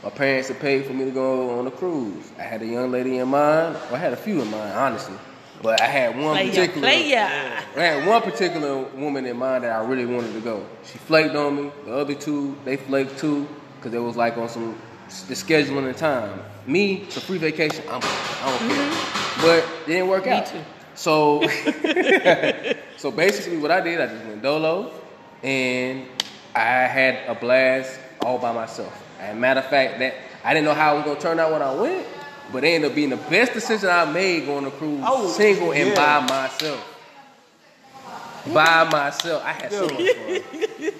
My parents had paid for me to go on a cruise. I had a young lady in mind. Well, I had a few in mind, honestly. But I had one Play ya, particular. play ya. <laughs> I had one particular woman in mind that I really wanted to go. She flaked on me. The other two, they flaked too, because it was like on some the scheduling and time. Me, it's a free vacation. I'm, I don't care. But it didn't work out. too. So, <laughs> so basically, what I did, I just went dolo, and I had a blast all by myself. And matter of fact, that I didn't know how it was gonna turn out when I went, but it ended up being the best decision I made going to cruise Oh, single and yeah. by myself. By myself, I had so much fun.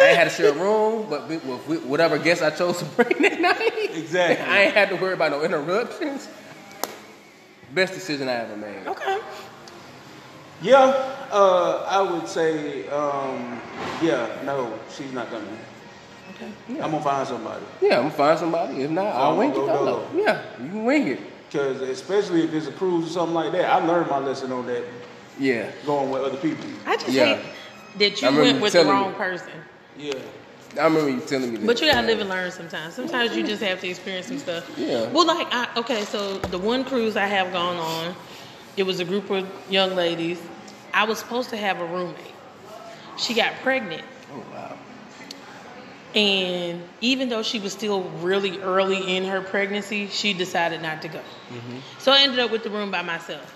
I ain't had to share a room, but with, with- with whatever guest I chose to <laughs> bring that night, Exactly. I ain't had to worry about no interruptions. Best decision I ever made. Okay. Yeah, uh, I would say, um, yeah, no, she's not coming. Okay. I'm gonna find somebody. Yeah, I'm gonna find somebody. If not, I'll I'm wing it. gonna go I'll- Yeah, you can wing it. Cause especially if it's a cruise or something like that, I learned my lesson on that Yeah. going with other people. I just Yeah. hate that I you remember went you with the telling me. wrong person. Yeah. I remember you telling me that. But you gotta live and learn sometimes. Sometimes you just have to experience some stuff. Yeah. Well, like I okay, so the one cruise I have gone on, it was a group of young ladies. I was supposed to have a roommate. She got pregnant, Oh, wow. and even though she was still really early in her pregnancy, she decided not to go. So I ended up with the room by myself.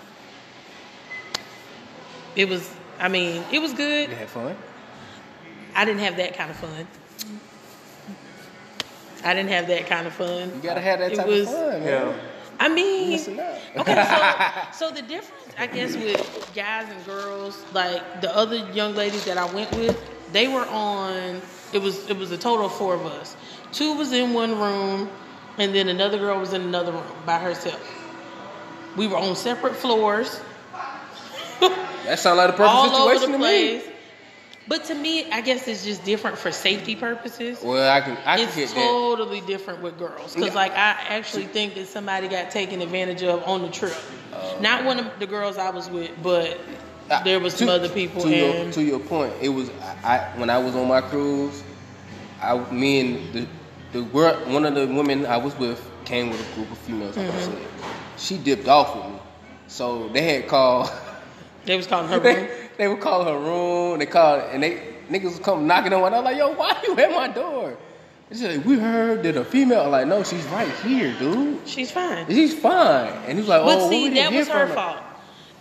It was, I mean, it was good. You had fun? I didn't have that kind of fun. I didn't have that kind of fun. You gotta have that It type was- of fun, Yeah. man. I mean, Listen up. okay, <laughs> so so the difference, I guess, with guys and girls, like the other young ladies that I went with, they were on. It was it was a total of four of us. Two was in one room, and then another girl was in another room by herself. We were on separate floors, That sounds like the perfect <laughs> all over situation the to place. But to me, I guess it's just different for safety purposes. me. Well, I can, I can get It's totally different with girls because, like, I actually think that somebody got taken advantage of on the trip. Not one of the girls I was with, but that. I- there was some to- other people. To your, And to your point, it was I, I when I was on my cruise, I me and the the girl, one of the women I was with came with a group of females. Like Mm-hmm. I said, she dipped off with me, so they had called. they was calling her <laughs> room. they, they would call her room. They called and they niggas would come knocking on. my door. I was like, yo, why you at my door? They said, we heard that a female. I'm like, no, she's right here, dude. She's fine. She's fine. And he was like, oh, but well, we see, didn't that hear was her from fault.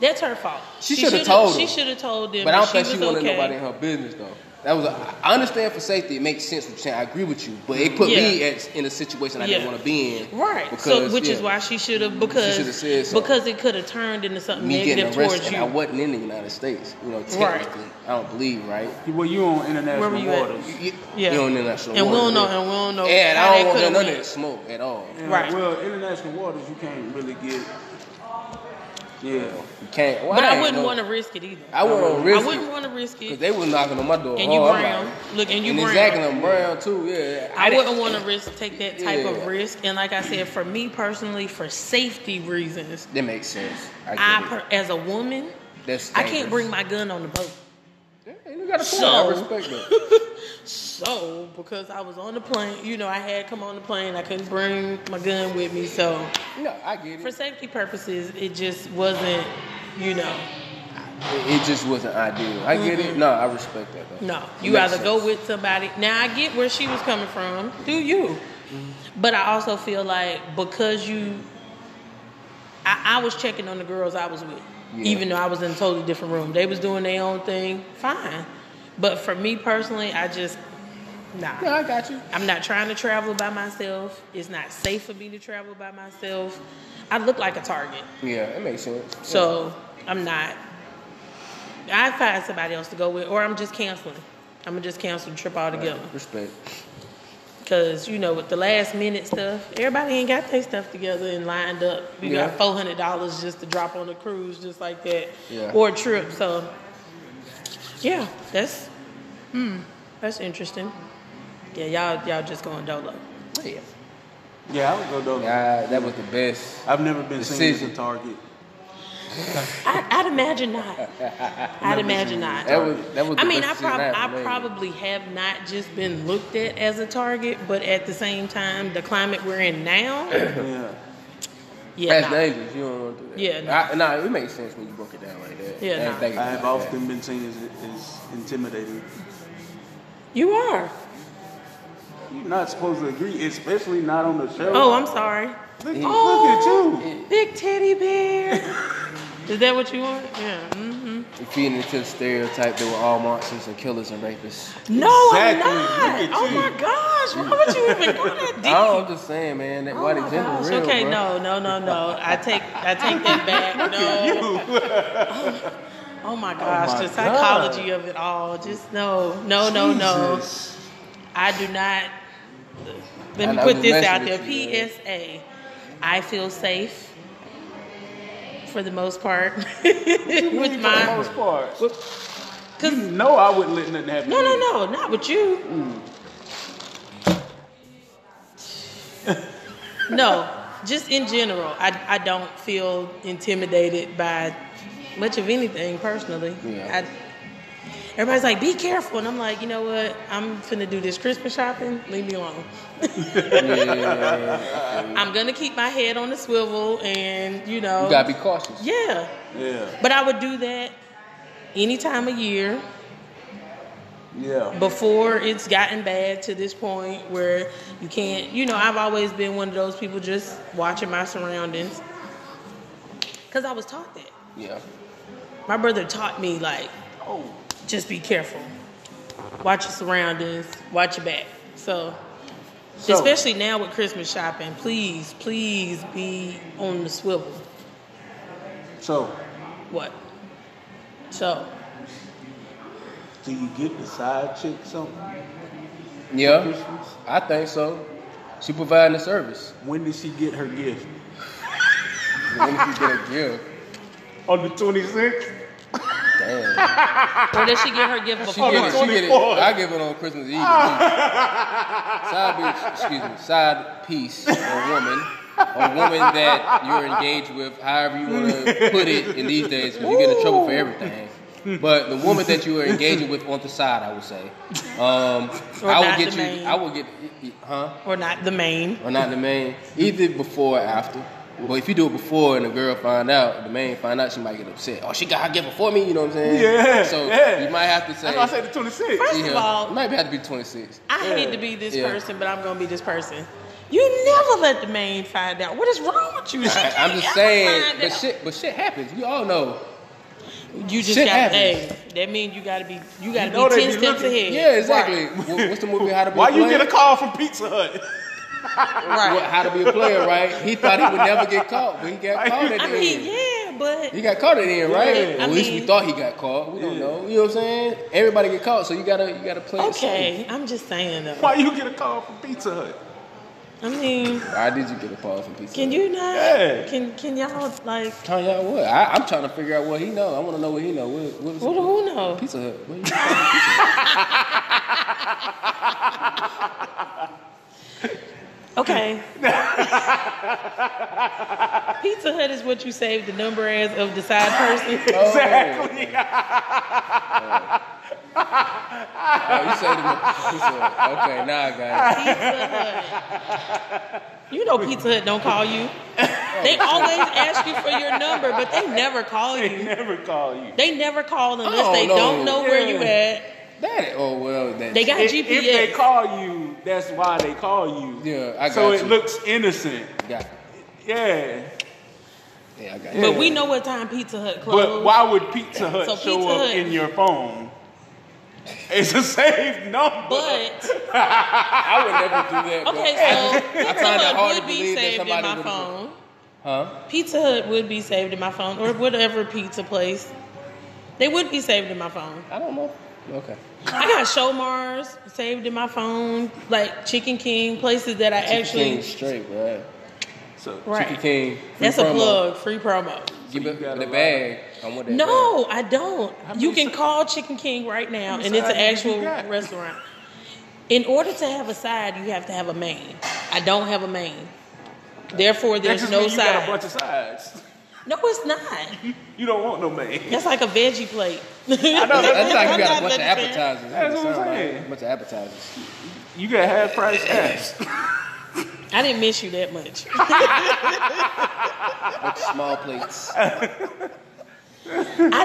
That's her fault. She shoulda told She them. should have told them. But I don't think she she was wanted okay. nobody in her business though. That was I I understand for safety, it makes sense. What you're saying. I agree with you, but it put me Yeah. at, in a situation I Yeah. didn't want to be in. Right. because, so, which is yeah, why she should have because shoulda said something. because it could have turned into something me negative getting arrested, towards and you. I wasn't in the United States. You know, technically, I don't believe right. Well, you on Where were international you at? waters. You, you- Yeah. you don't international. and we waters, don't know. yeah. And we don't know. Yeah, and I how that don't want coulda none of went. that smoke at all. Yeah, Right. Well, international waters, you can't really get. Yeah. You can't. Well, But I ain't wouldn't know. want to risk it either. I wouldn't want to risk I wouldn't it want to risk because it. they was knocking on my door. And you hard, I'm brown. like- Look, and you and brown. Exactly, I'm brown too. Yeah. I didn't- wouldn't want to risk take that type of Yeah. risk. And like I said, for me personally, for safety reasons, That makes sense. I, get I it. per, as a woman, That's I can't dangerous. bring my gun on the boat. Yeah, you got a point. So- I respect that. So because I was on the plane, you know, I had come on the plane. I couldn't bring my gun with me. So No, I get it. for safety purposes, it just wasn't, you know, It, it just wasn't ideal. I get it. No, I respect that. Though. Mm-hmm. no. It You makes either go sense. with somebody. Now I get where she was coming from. Do you? Mm-hmm. But I also feel like because you, I, I was checking on the girls I was with, Yeah. even though I was in a totally different room. They was doing their own thing, fine. But for me personally, I just nah. No, I got you. I'm not trying to travel by myself. It's not safe for me to travel by myself. I look like a target, Yeah, it makes sense. so I'm not. I find somebody else to go with, or I'm just canceling. I'm gonna just cancel the trip altogether. respect. Cause you know, with the last minute stuff, everybody ain't got their stuff together and lined up. You Yeah. got four hundred dollars just to drop on a cruise, just like that, Yeah. or a trip. So, yeah, that's hmm, that's interesting. Yeah, y'all y'all just going dolo. Yeah. Yeah, I would go though. God, that was the best. I've never been seen Decision. as a target. I, I'd imagine not. I'd imagine not. That was that was. The I mean, I, best prob- decision ever I made. probably have not just been looked at <clears throat> as a target, but at the same time, the climate we're in now, Yeah. Yeah, That's nah. dangerous. You don't want to do that. Yeah, no. I, nah, it makes sense when you broke it down like that. Yeah, I didn't no. I think about have that. often been seen as, as intimidating. You are. You're not supposed to agree, especially not on the show. Oh, I'm sorry. Look, Oh. look at you. Big <laughs> teddy bear. Is that what you want? Yeah. Mm-hmm. You're feeding into the stereotype that we're all monsters and killers and rapists. No, Exactly. I'm Look not. Oh at you. my gosh. Why would you even go that deep? <laughs> Oh, I'm just saying, man. That white Oh my example gosh. real, okay, bro. no, no, no, no. I take I take <laughs> that back. No. Oh my gosh, my the psychology of it all. Just no, no, no, no. Jesus. I do not. Let And me I put was this messing out there. with you, man. PSA. I feel safe for the most part For <laughs> with the my. most part. Cause, You know I wouldn't let nothing happen. no, to no, you. no, not with you. no, just in general, I, I don't feel intimidated by much of anything personally. Yeah. I, everybody's like, be careful. And I'm like, you know what? I'm finna do this Christmas shopping. Leave me alone. I'm gonna keep my head on the swivel and, you know. You gotta be cautious. yeah. Yeah, But I would do that any time of year. yeah. before it's gotten bad to this point where you can't you know i've always been one of those people just watching my surroundings because i was taught that Yeah. my brother taught me like Oh, just be careful watch your surroundings watch your back so, So- especially now with christmas shopping please please be on the swivel so what so do you get the side chick something? Yeah. Christmas? I think so. She providing the service. When did she get her gift? When did you get a gift? On the 26th? Damn. or does she get her gift She before get it. She get it. 24. I give it on Christmas Eve. side bitch. Excuse me. Side piece. A woman. A woman that you're engaged with, however you want to put it in these days, because you get in trouble for everything. But the woman that you are engaging with on the side, I would say, um, Or I not would get the you. main. I would get, huh? or not the main or not the main, either before or after. But if you do it before and the girl find out, the main find out, she might get upset. Oh, she got her gift before me. You know what I'm saying? Yeah, So yeah. you might have to say. That's why I said the 26th. First of Yeah, all- might have to be 26. I hate to be this Yeah. person, but I'm gonna be this person. You never let the main find out. What is wrong with you? She I, can't am just ever saying, find but out. shit, but shit happens. We all know. You just shit got to happens. hey. That means you gotta be you gotta know be they ten be steps looking. ahead. Yeah, <laughs> exactly. Wha- What's the movie? How to be Why a you player? get a call from Pizza Hut? <laughs> Right. Wha- right. How to be a player? Right? He thought he would never get caught, but he got Why caught <laughs> you- at the I end. mean, yeah, but He got caught at the end, right? Yeah. Or at I least mean- we thought he got caught. We don't know. You know what I'm saying? Everybody get caught, so you gotta you gotta play. it safe. okay. I'm just saying though. Why you get a call from Pizza Hut? I mean, Why did you get a pause from pizza? can you not? Yeah. Can can y'all like? Tell y'all what? I, I'm trying to figure out what he know. I want to know what he know. What, what is Who it? who knows? Pizza Hut. What you <laughs> <laughs> Okay. Pizza Hut is what you save the number as of the side person. Oh, Exactly. oh, you said it. Pizza Hut. Okay, now I got it. Pizza Hut. You know Pizza Hut don't call you. They always ask you for your number, but they never call They you. never call you. They never call unless don't they know. don't know where Yeah. you at. That. Oh well. That. They got If, GPS. if they call you, that's why they call you. Yeah, I So got it you. looks innocent. got it. Yeah. Yeah, I got Yeah. it. but we know what time Pizza Hut closed. But why would Pizza Hut So show Pizza up Hut- in your phone? It's <laughs> a saved number. But, I would never do that. bro. okay, <laughs> I- so I Pizza find it hard Hut to would be believe that saved in somebody my would've- phone. Huh? Pizza Hut would be saved in my phone, or whatever pizza place. They would be saved in my phone. I don't know. Okay. I got Showmars saved in my phone, like Chicken King, places that I actually. Chicken King straight, bro. so Right. Chicken King. free That's a promo. plug, free promo. Give you it got the a bag. I want that. bag. No, I don't. How You many can si- call Chicken King right now, many and it's an sides you actual got? restaurant. In order to have a side, you have to have a main. I don't have a main. Therefore, that there's just no means you got a bunch of side. sides. No, it's not. You don't want no man. That's like a <laughs> veggie plate. That's like you got a I'm bunch of not vegetarian. appetizers. That's what I'm Sound like saying. A bunch of appetizers. <laughs> You got half price apps. I didn't miss you that much. With small plates. I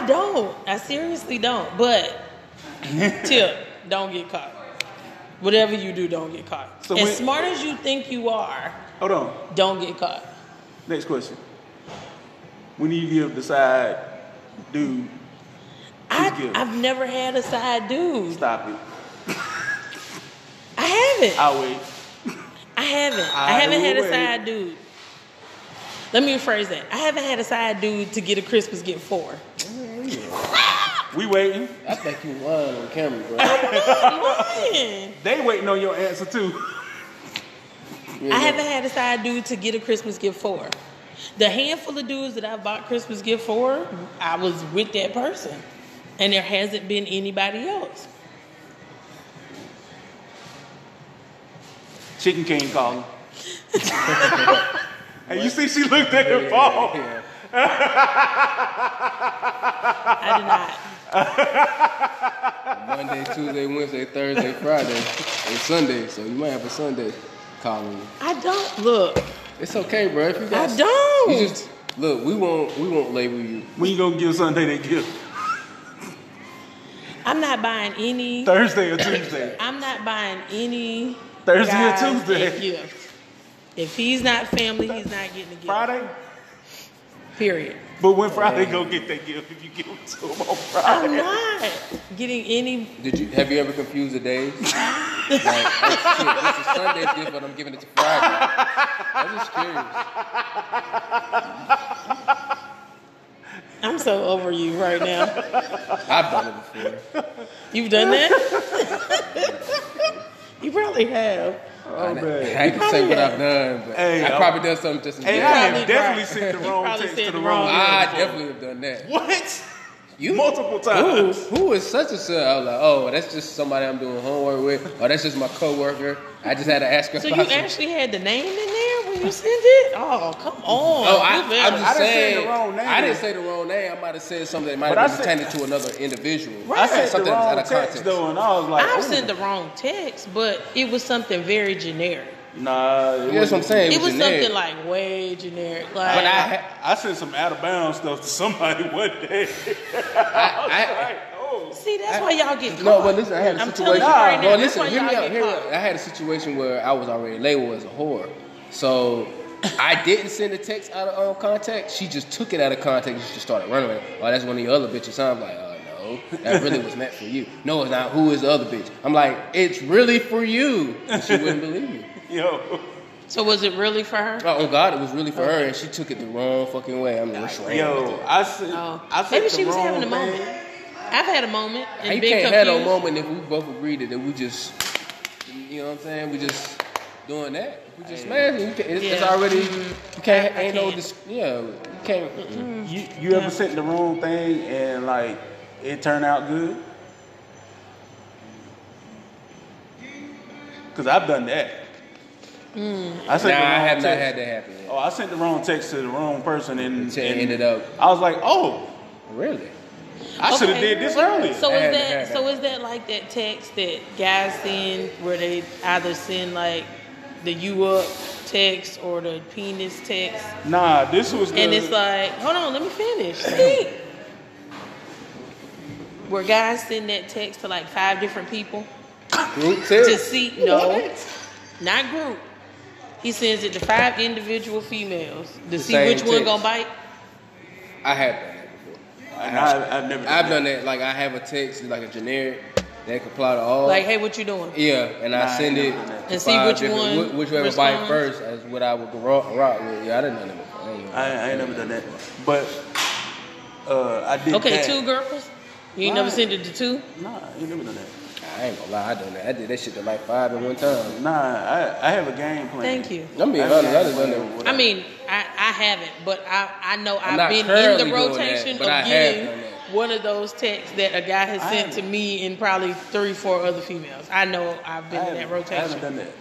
don't. I seriously <laughs> don't. But tip, don't get caught. Whatever you do, don't get caught. So as when- smart as you think you are, Hold on. don't get caught. Next question. When do you give the side dude? I, He's good. I've never had a side dude. Stop it. I haven't. I wait. I haven't. I, I haven't had a will side dude. Let me rephrase that. I haven't had a side dude to get a Christmas gift for. We waiting. I think you lying on camera, bro. I <laughs> Lying. They waiting on your answer too. I haven't had a side dude to get a Christmas gift for. The handful of dudes that I bought Christmas gift for, I was with that person. And there hasn't been anybody else. Chicken King calling. <laughs> and you see, she looked at the phone. Yeah. I <laughs> did not. Monday, Tuesday, Wednesday, Thursday, Friday, and Sunday. So you might have a Sunday calling. I don't look. It's okay, bro. If you I got, don't. You just look. We won't. We won't label you. When you gonna give Sunday that gift? I'm not buying any. Thursday or Tuesday? I'm not buying any. Thursday or guys Tuesday? a Gift. If he's not family, he's not getting a gift. Friday? Period. But when Friday go get that gift if you give it to them on I'm Friday? not getting any. Did you have you ever confused the <laughs> days? like, oh, shit, this is Sunday's gift, but I'm giving it to Friday. I'm just curious. I'm so over you right now. I've done it before. You've done that. <laughs> you probably have. Oh, I, man. hate to say what I've done, but Hey, I I'm- probably done something just in Hey, I case. probably have definitely right. sent the You wrong probably text said to the the wrong wrong I girl. definitely have done that. What? You Multiple Who, times. who is such and such? I was like, oh, that's just somebody I'm doing homework with, or that's just my coworker. I just had to ask her. So you about some- actually had the name in there when you sent it? Oh, come on. Oh, I, Do better. I'm I just done said saying. the wrong name. I didn't say the wrong name. I might have said something that might But I have been said- pertaining to another individual. Right. I Hey, sent the wrong text though, and I was like, I oh. ooh. sent the wrong text, but it was something very generic. Nah, it Yeah, that's what I'm wasn't- saying. It, was generic. something like way generic. Like But I- I sent some out of bounds stuff to somebody <laughs> one day. I, Like, oh. see that's why y'all get I, caught. no, but listen, I had a I'm telling situation. you right now, no, that's listen, why hear me y'all out. get Hear me caught. out. I had a situation where I was already labeled as a whore, so I didn't send the text out of um, context. She just took it out of context. and She just started running. with it. Oh, that's one of your other bitches. I'm like, oh no, that really was meant for you. No, it's not. Who is the other bitch? I'm like, it's really for you. And she wouldn't believe me. <laughs> Yo, So was it really for her? Oh, oh, God, it was really for her, and she took it the wrong fucking way. I'm like, wrong with yo, it? I sent. Oh, I sent maybe the she was wrong having a moment. thing. I've had a moment and you been can't confused. have no moment if we both agree that we just, you know what I'm saying? We just doing that. We just smashing. You can't, it's, it's Yeah. already. You can't. I- I ain't no. can't. Dis- yeah. You can't. mm-mm. Mm. You, you ever sent the wrong thing and like it turned out good? Cause I've done that. Mm. I Nah, I sent the wrong have not text. had that happen. Yet. Oh, I sent the wrong text to the wrong person and, It and ended up- I was like, oh, Really? I should have Okay. did this earlier. So I is haven't that had so that. is that like that text that guys send where they either send like the you up text or the penis text nah, this was the. and it's like hold on let me <laughs> finish Speak. where guys send that text to like five different people Group text. to see no not group he sends it to five individual females to see same which one text. gonna bite I have done that before. and I, I've never. done that. I've done that. Like I have a text like a generic that can apply to all. like hey what you doing Yeah, and Nah, I send I it ain't never done that. to And see five which different- one wh- whichever responds. bite first is what I would go rock, rock with. Yeah, I didn't know that before. I ain't gonna I, lie. I ain't never done that, but uh, I did. okay that. two girls you ain't never Right. sent it to two Nah, I ain't never done that. I ain't gonna lie, I done that. I did that shit to like five at one time. Nah, I, I have a game plan. thank you I'm being honest, I done done that. I mean, I, I haven't, but I, I know I'm I've not been in currently the doing that, rotation but I have of getting done that. one of those texts that a guy has I sent to me and probably three, four other females. I know I've I been in haven't- that I haven't rotation. done that.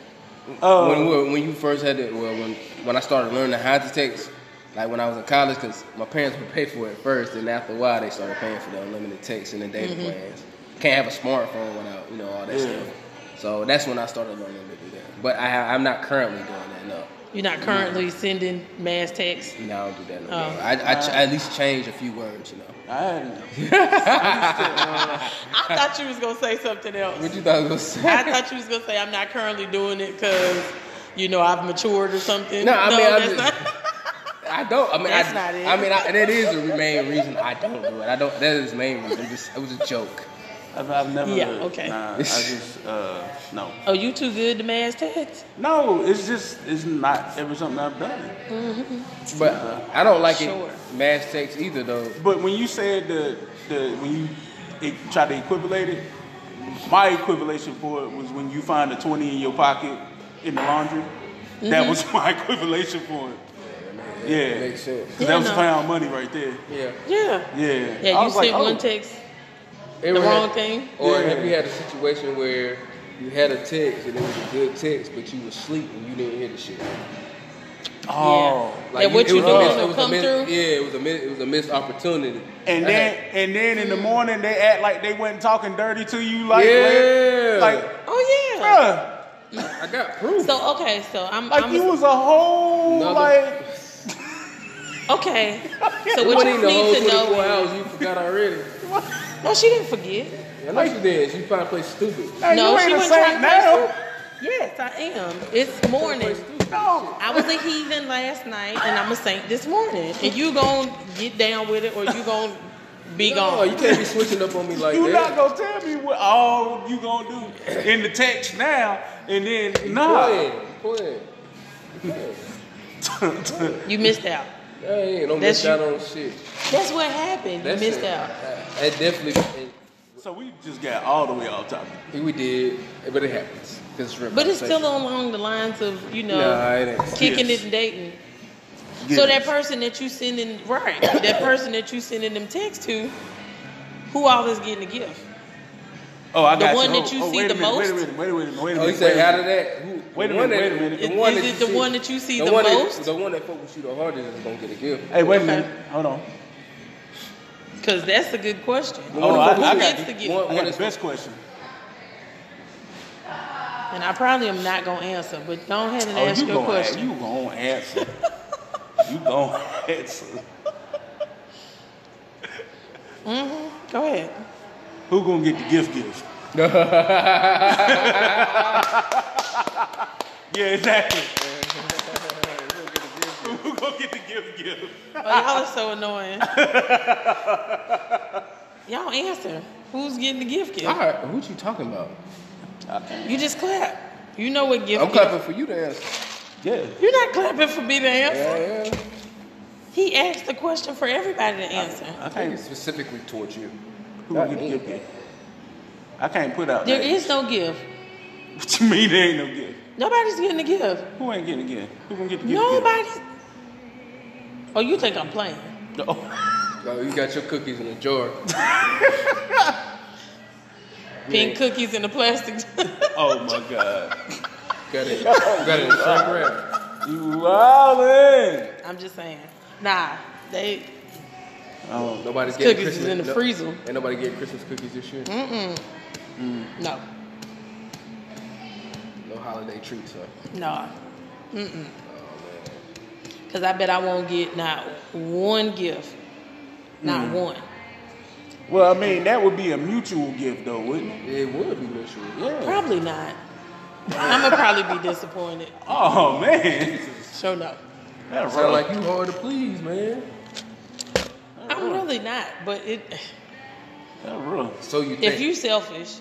Oh, Uh, when, we- when you first had it, well, when when I started learning how to text, like when I was in college, because my parents would pay for it first, and after a while they started paying for the unlimited text and the data Mm-hmm. plans. Can't have a smartphone without you know all that Yeah. stuff. So that's when I started learning to do that. But I, ha- I'm not currently doing that. No, You're not currently sending mass texts. No, I don't do that no Oh. more. I, I, ch- I at least change a few words, you know. I had I thought you was gonna say something else. What you thought I was gonna say? <laughs> I thought you was gonna say I'm not currently doing it because you know I've matured or something. No, I mean, I'm that's just- not. I don't. I mean, That's I, not it. I mean, I, that is the main reason I don't do it. I don't. That is the main reason. It, just, it was a joke. I've, I've never. Yeah, okay. Nah, I just uh, no. <laughs> Oh, you too good to mass text? No, it's just it's not ever something I've done. But I don't like Sure. it mass text either, though. But when you said the the when you it, try to equivalate it, my equivalation for it was when you find a twenty in your pocket in the laundry. Mm-hmm. That was <laughs> my equivalation for it. Yeah, makes sense. 'Cause Yeah, that was no. found money right there. Yeah. Yeah. Yeah. Yeah, I you was sent like, one oh. text, the Ever had- wrong thing. Or Yeah. have you had a situation where you had a text and it was a good text, but you was asleep and you didn't hear the shit? Oh. yeah. Like that what it you was a do miss- is it will was a come miss- through. Yeah, it was a miss, it was a missed opportunity. And I then had- and then Mm. in the morning they act like they wasn't talking dirty to you like Yeah. like Oh yeah. bruh, I got proof. So okay, so I'm, like I'm you was a whole Another- like <laughs> okay. So It what wasn't even the you whole need to 24 know? hours. You forgot already. No, she didn't forget. I know you did. You probably played stupid. hey, No, you she ain't a wasn't saint trying to now. Yes, I am. It's morning. No. I was a heathen last night, and I'm a saint this morning. And you gonna get down with it, or you gonna be Oh, gone? you can't be switching <laughs> up on me like You not that. gonna tell me what all you gonna do in the text now and then nah. Go ahead. Go ahead. You missed out. Hey, don't That's miss out you. on shit. That's what happened. You That's missed it. out. That definitely, so we just got all the way off topic. it- we did, but it happens. 'Cause it's But it's still representation. along the lines of you know Nah, it ain't. kicking Yes. it and dating. Yes. So that person that you sending right, that person that you sending them texts to, who all is getting a gift? Oh, I The got one you. that Oh, you oh, see wait a the minute, Wait a most? minute, wait a minute, wait a minute. Oh, you wait a say out of minute. that? Who, Wait a the minute, one that- wait a minute. the Is- one is that it the one that you see the one that- most? the one that fuck with you the hardest is gonna get a gift. <laughs> Hey, wait a minute. Hold on. Because that's a good question. The Oh, one that I- fuck I with got you- the gift. one- I got one that's- the best question. And I probably am not gonna answer, but go ahead and Oh, ask you your gonna question. you gonna answer? you gonna <laughs> answer? Go ahead. Who gonna get the gift gift? yeah, <laughs> exactly. Who gonna get the gift gift? Oh, y'all are so annoying. y'all answer. Who's getting the gift gift? All right, what you talking about? You just clap. You know what gift I'm gift. clapping for you to answer. Yeah. You're not clapping for me to answer. Yeah, yeah. He asked the question for everybody to answer. I I think can't. it's specifically towards you. Who gonna get the gift gift? I can't put out. There names. is no gift. <laughs> What you mean there ain't no gift? Nobody's getting a gift. Who ain't getting a gift? Who gonna get the gift? <laughs> Nobody. Oh, you think I'm playing? gift? No. Oh, you got your cookies in a jar. Pink cookies in the plastic. <laughs> Oh my God. Got it. Got it in the same wrap. You wildin'. I'm just saying. Nah, they. Oh. Nobody's getting Cookies is Christmas- in the no- freezer. Mm. Ain't nobody getting Christmas cookies this year. No, No holiday treats, huh? no. Mm-mm. Cause I bet I won't get not one gift. Not one. Well, I mean, that would be a mutual gift, though, wouldn't it? It would be miserable. Yeah. Probably not. I'ma probably be disappointed. Oh man. So no. That's Sound rough. like you hard to please, man. I'm really not, but it. That real. So you think? If you selfish,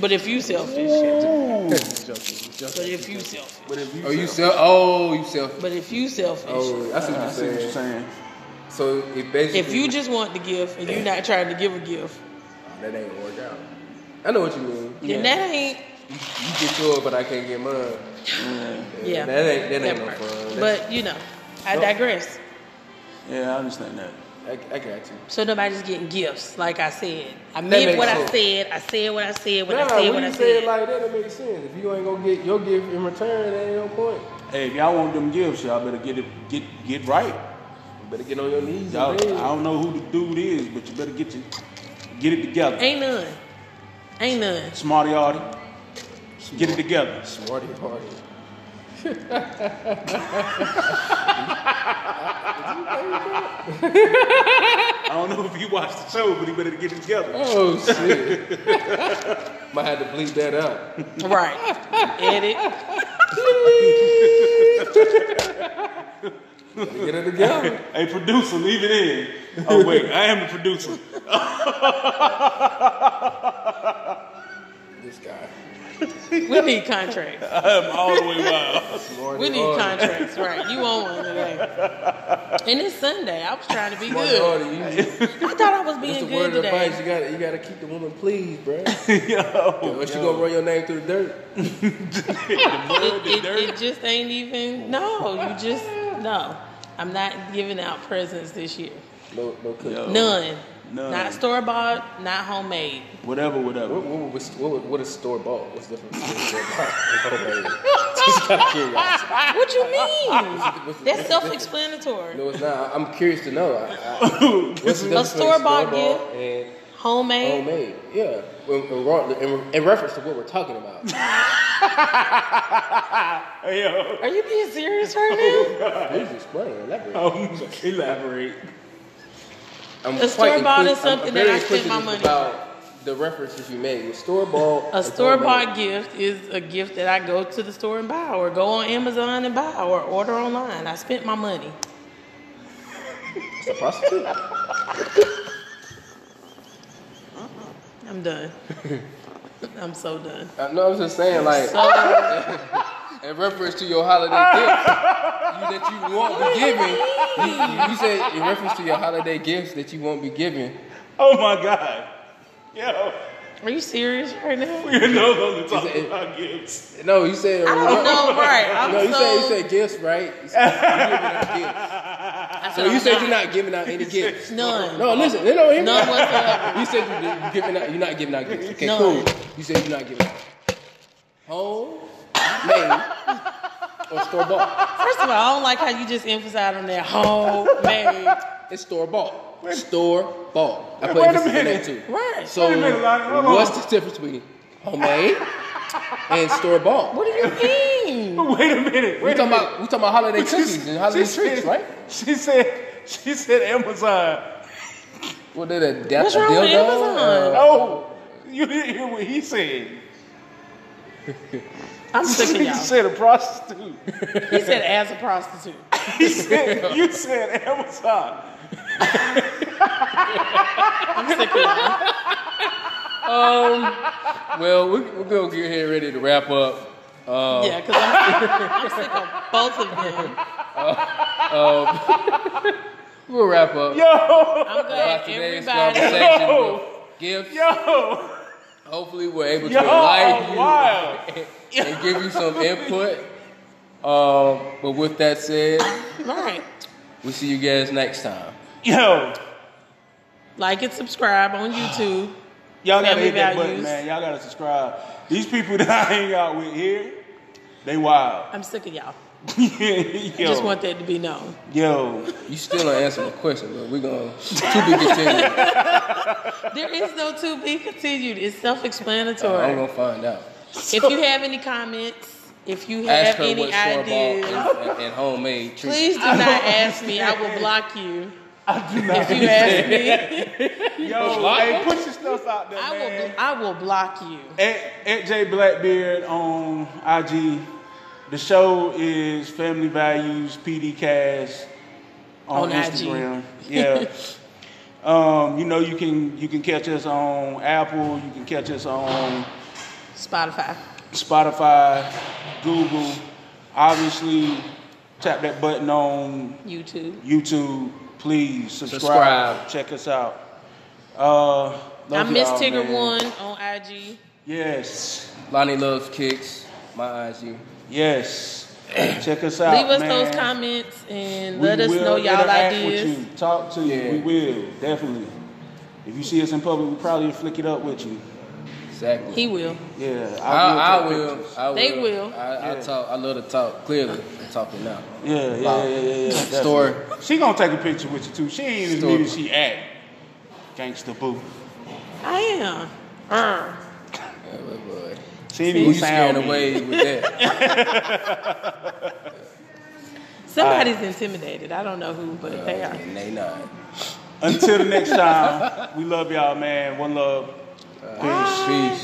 but if you selfish, It's joking, it's joking. but if you selfish, But if you, Oh, you sell- sell? Oh, you sell? but if you selfish, Oh, I see what I you're see what you're saying. saying. So it basically, if you just want the gift and you're not trying to give a gift, that ain't gonna work out. I know what you mean. then that ain't You get yours, but I can't get mine. yeah. That ain't that ain't never no mind. fun. That's- But you know, I digress. Yeah, I understand that. I, I got you. So nobody's getting gifts, like I said. I makes meant what sense. I said. I said what I said. What nah, I said. when What you I say it said. like that, it makes sense. If you ain't gonna get your gift in return, that ain't no point. Hey, if y'all want them gifts, y'all better get it, get get right. You better get on your knees. Y'all, and I beg. don't know who the dude is, but you better get your, get it together. Ain't none. Ain't none. Smarty Artie, get it together. Smarty party. I don't know if he watched the show, but he better get it together. <laughs> Oh shit! Might have to bleep that out. Right. Edit. Gotta Get it together. Hey, producer, leave it in. Oh, wait, I am the producer. This guy. We need contracts. I am all the way wild. Lord We and need Lord. contracts, right? You own one today. And it's Sunday. I was trying to be Lord, good. Lord, you- you- I thought I was That's being the word of good advice. today. You gotta, you gotta keep the woman pleased, bro. <laughs> Yo, Or she gonna run your name through the dirt. It, it, it just ain't even. No, you just no. I'm not giving out presents this year. No, no cookie. Yo. None. None. Not store bought. <laughs> Not homemade. whatever, whatever. What, <laughs> what, what, what, what, what is store bought? What's different between store bought and homemade? <laughs> Just out of curiosity. What you mean? what's- That's self-explanatory. No, it's not. I'm curious to know. I, <laughs> I, what's the What's difference between store-bought store-bought and Homemade. homemade? Yeah. In, in, re- in, in reference to what we're talking about. Yo, Are you being serious <laughs> right <laughs> now? Please explain. Elaborate. um, elaborate. I'm A store-bought inquis- is something very that I spent my inquisitive money about the references you made. With store bought. A store bought gift is a gift that I go to the store and buy, or go on Amazon and buy, or order online. I spent my money. It's a prostitute. <laughs> I'm done. I'm so done. I know. I'm just saying, like, in reference to your holiday gifts you, that you won't be giving. You, you- you said in reference to your holiday gifts that you won't be giving. Oh my God. Yo, Are you serious <laughs> right now? we know those are Is talking it- about gifts. No, you said. I don't know. Right. I'm No, you so, said you said gifts, right? You said you're giving out gifts. I So you I'm said you're not giving out any gifts. None. No, listen, they don't hear me. None whatsoever. You said you- you're giving out. You're not giving out gifts. Okay, None. cool. You said you're not giving out. Home, made, or store bought. First of all, I don't like how you just emphasize on that <laughs> homemade. It's store bought. Store bought. I Wait- put wait a emphasis on that minute. too. Right. So Wait a minute, Lonnie, hold on. what's the difference between homemade and store bought? What do you mean? Wait a minute. Wait We a talking minute. about we talking <laughs> about holiday She- cookies and holiday she treats, said- right? She said, she said Amazon. What did a death What's wrong dildo? with Amazon? Uh, Oh, you didn't hear what he said. I'm sick of He y'all. said a prostitute. He said as a prostitute. He said, you said Amazon. I'm sick of y'all. Uh, well, we, we're gonna get here ready to wrap up. Oh. Yeah, because I'm, I'm sick of <laughs> both of them. We'll wrap up. Yo, I'm about glad today's everybody. conversation with Yo. gifts. yo, Hopefully, we're able to yo, enlighten you wild. and give you some input. Um, but with that said, Right. we'll see you guys next time. Yo, Like and subscribe on YouTube. y'all gotta Family hit that values. button, man. Y'all gotta subscribe. These people <laughs> that I hang out with here, they wild. <laughs> I'm sick of y'all. yo, Just want that to be known. yo, You still don't answer the question, but we're going to be continued. There is no to be continued. It's self-explanatory. I'm going to find out. If you have any comments, if you Ask have her any what store ideas, bought and, and, and homemade treats. please do not ask me. I will block you. I do not. If you ask me, yo, hey, put your stuff out there, I man. will. bl- I will block you. At, at J Blackbeard on IG. The show is Family Values PDcast on, On IG. Instagram. <laughs> Yeah. um, you know you can you can catch us on Apple. You can catch us on Spotify. Spotify, Google. Obviously, tap that button on YouTube. YouTube. Please Subscribe. subscribe. Check us out. Uh, I love miss y'all, Tigger man. One on IG. Yes. Lonnie loves kicks. My eyes, you. Yes. Check us out. Leave us man. those comments and We let us will know y'all interact ideas. With you. Talk to Yeah. you. We will definitely. If you see us in public, we probably flick it up with you. Exactly. He will. Yeah, I, I, take will. pictures. I will. They will. I, I Yeah. talk. I love to talk. Clearly, I'm talking now. Yeah, yeah, yeah, yeah, yeah. yeah definitely. Store. She gonna take a picture with you too. She ain't as Store. mean as she act. Gangsta boo. I am. Uh. Arr. Yeah, boy. She didn't Who even you scared sound away with that? Somebody's intimidated. I don't know who, but they are. and they not. <laughs> Until the next time, we love y'all, man. One love. Peace. Peace.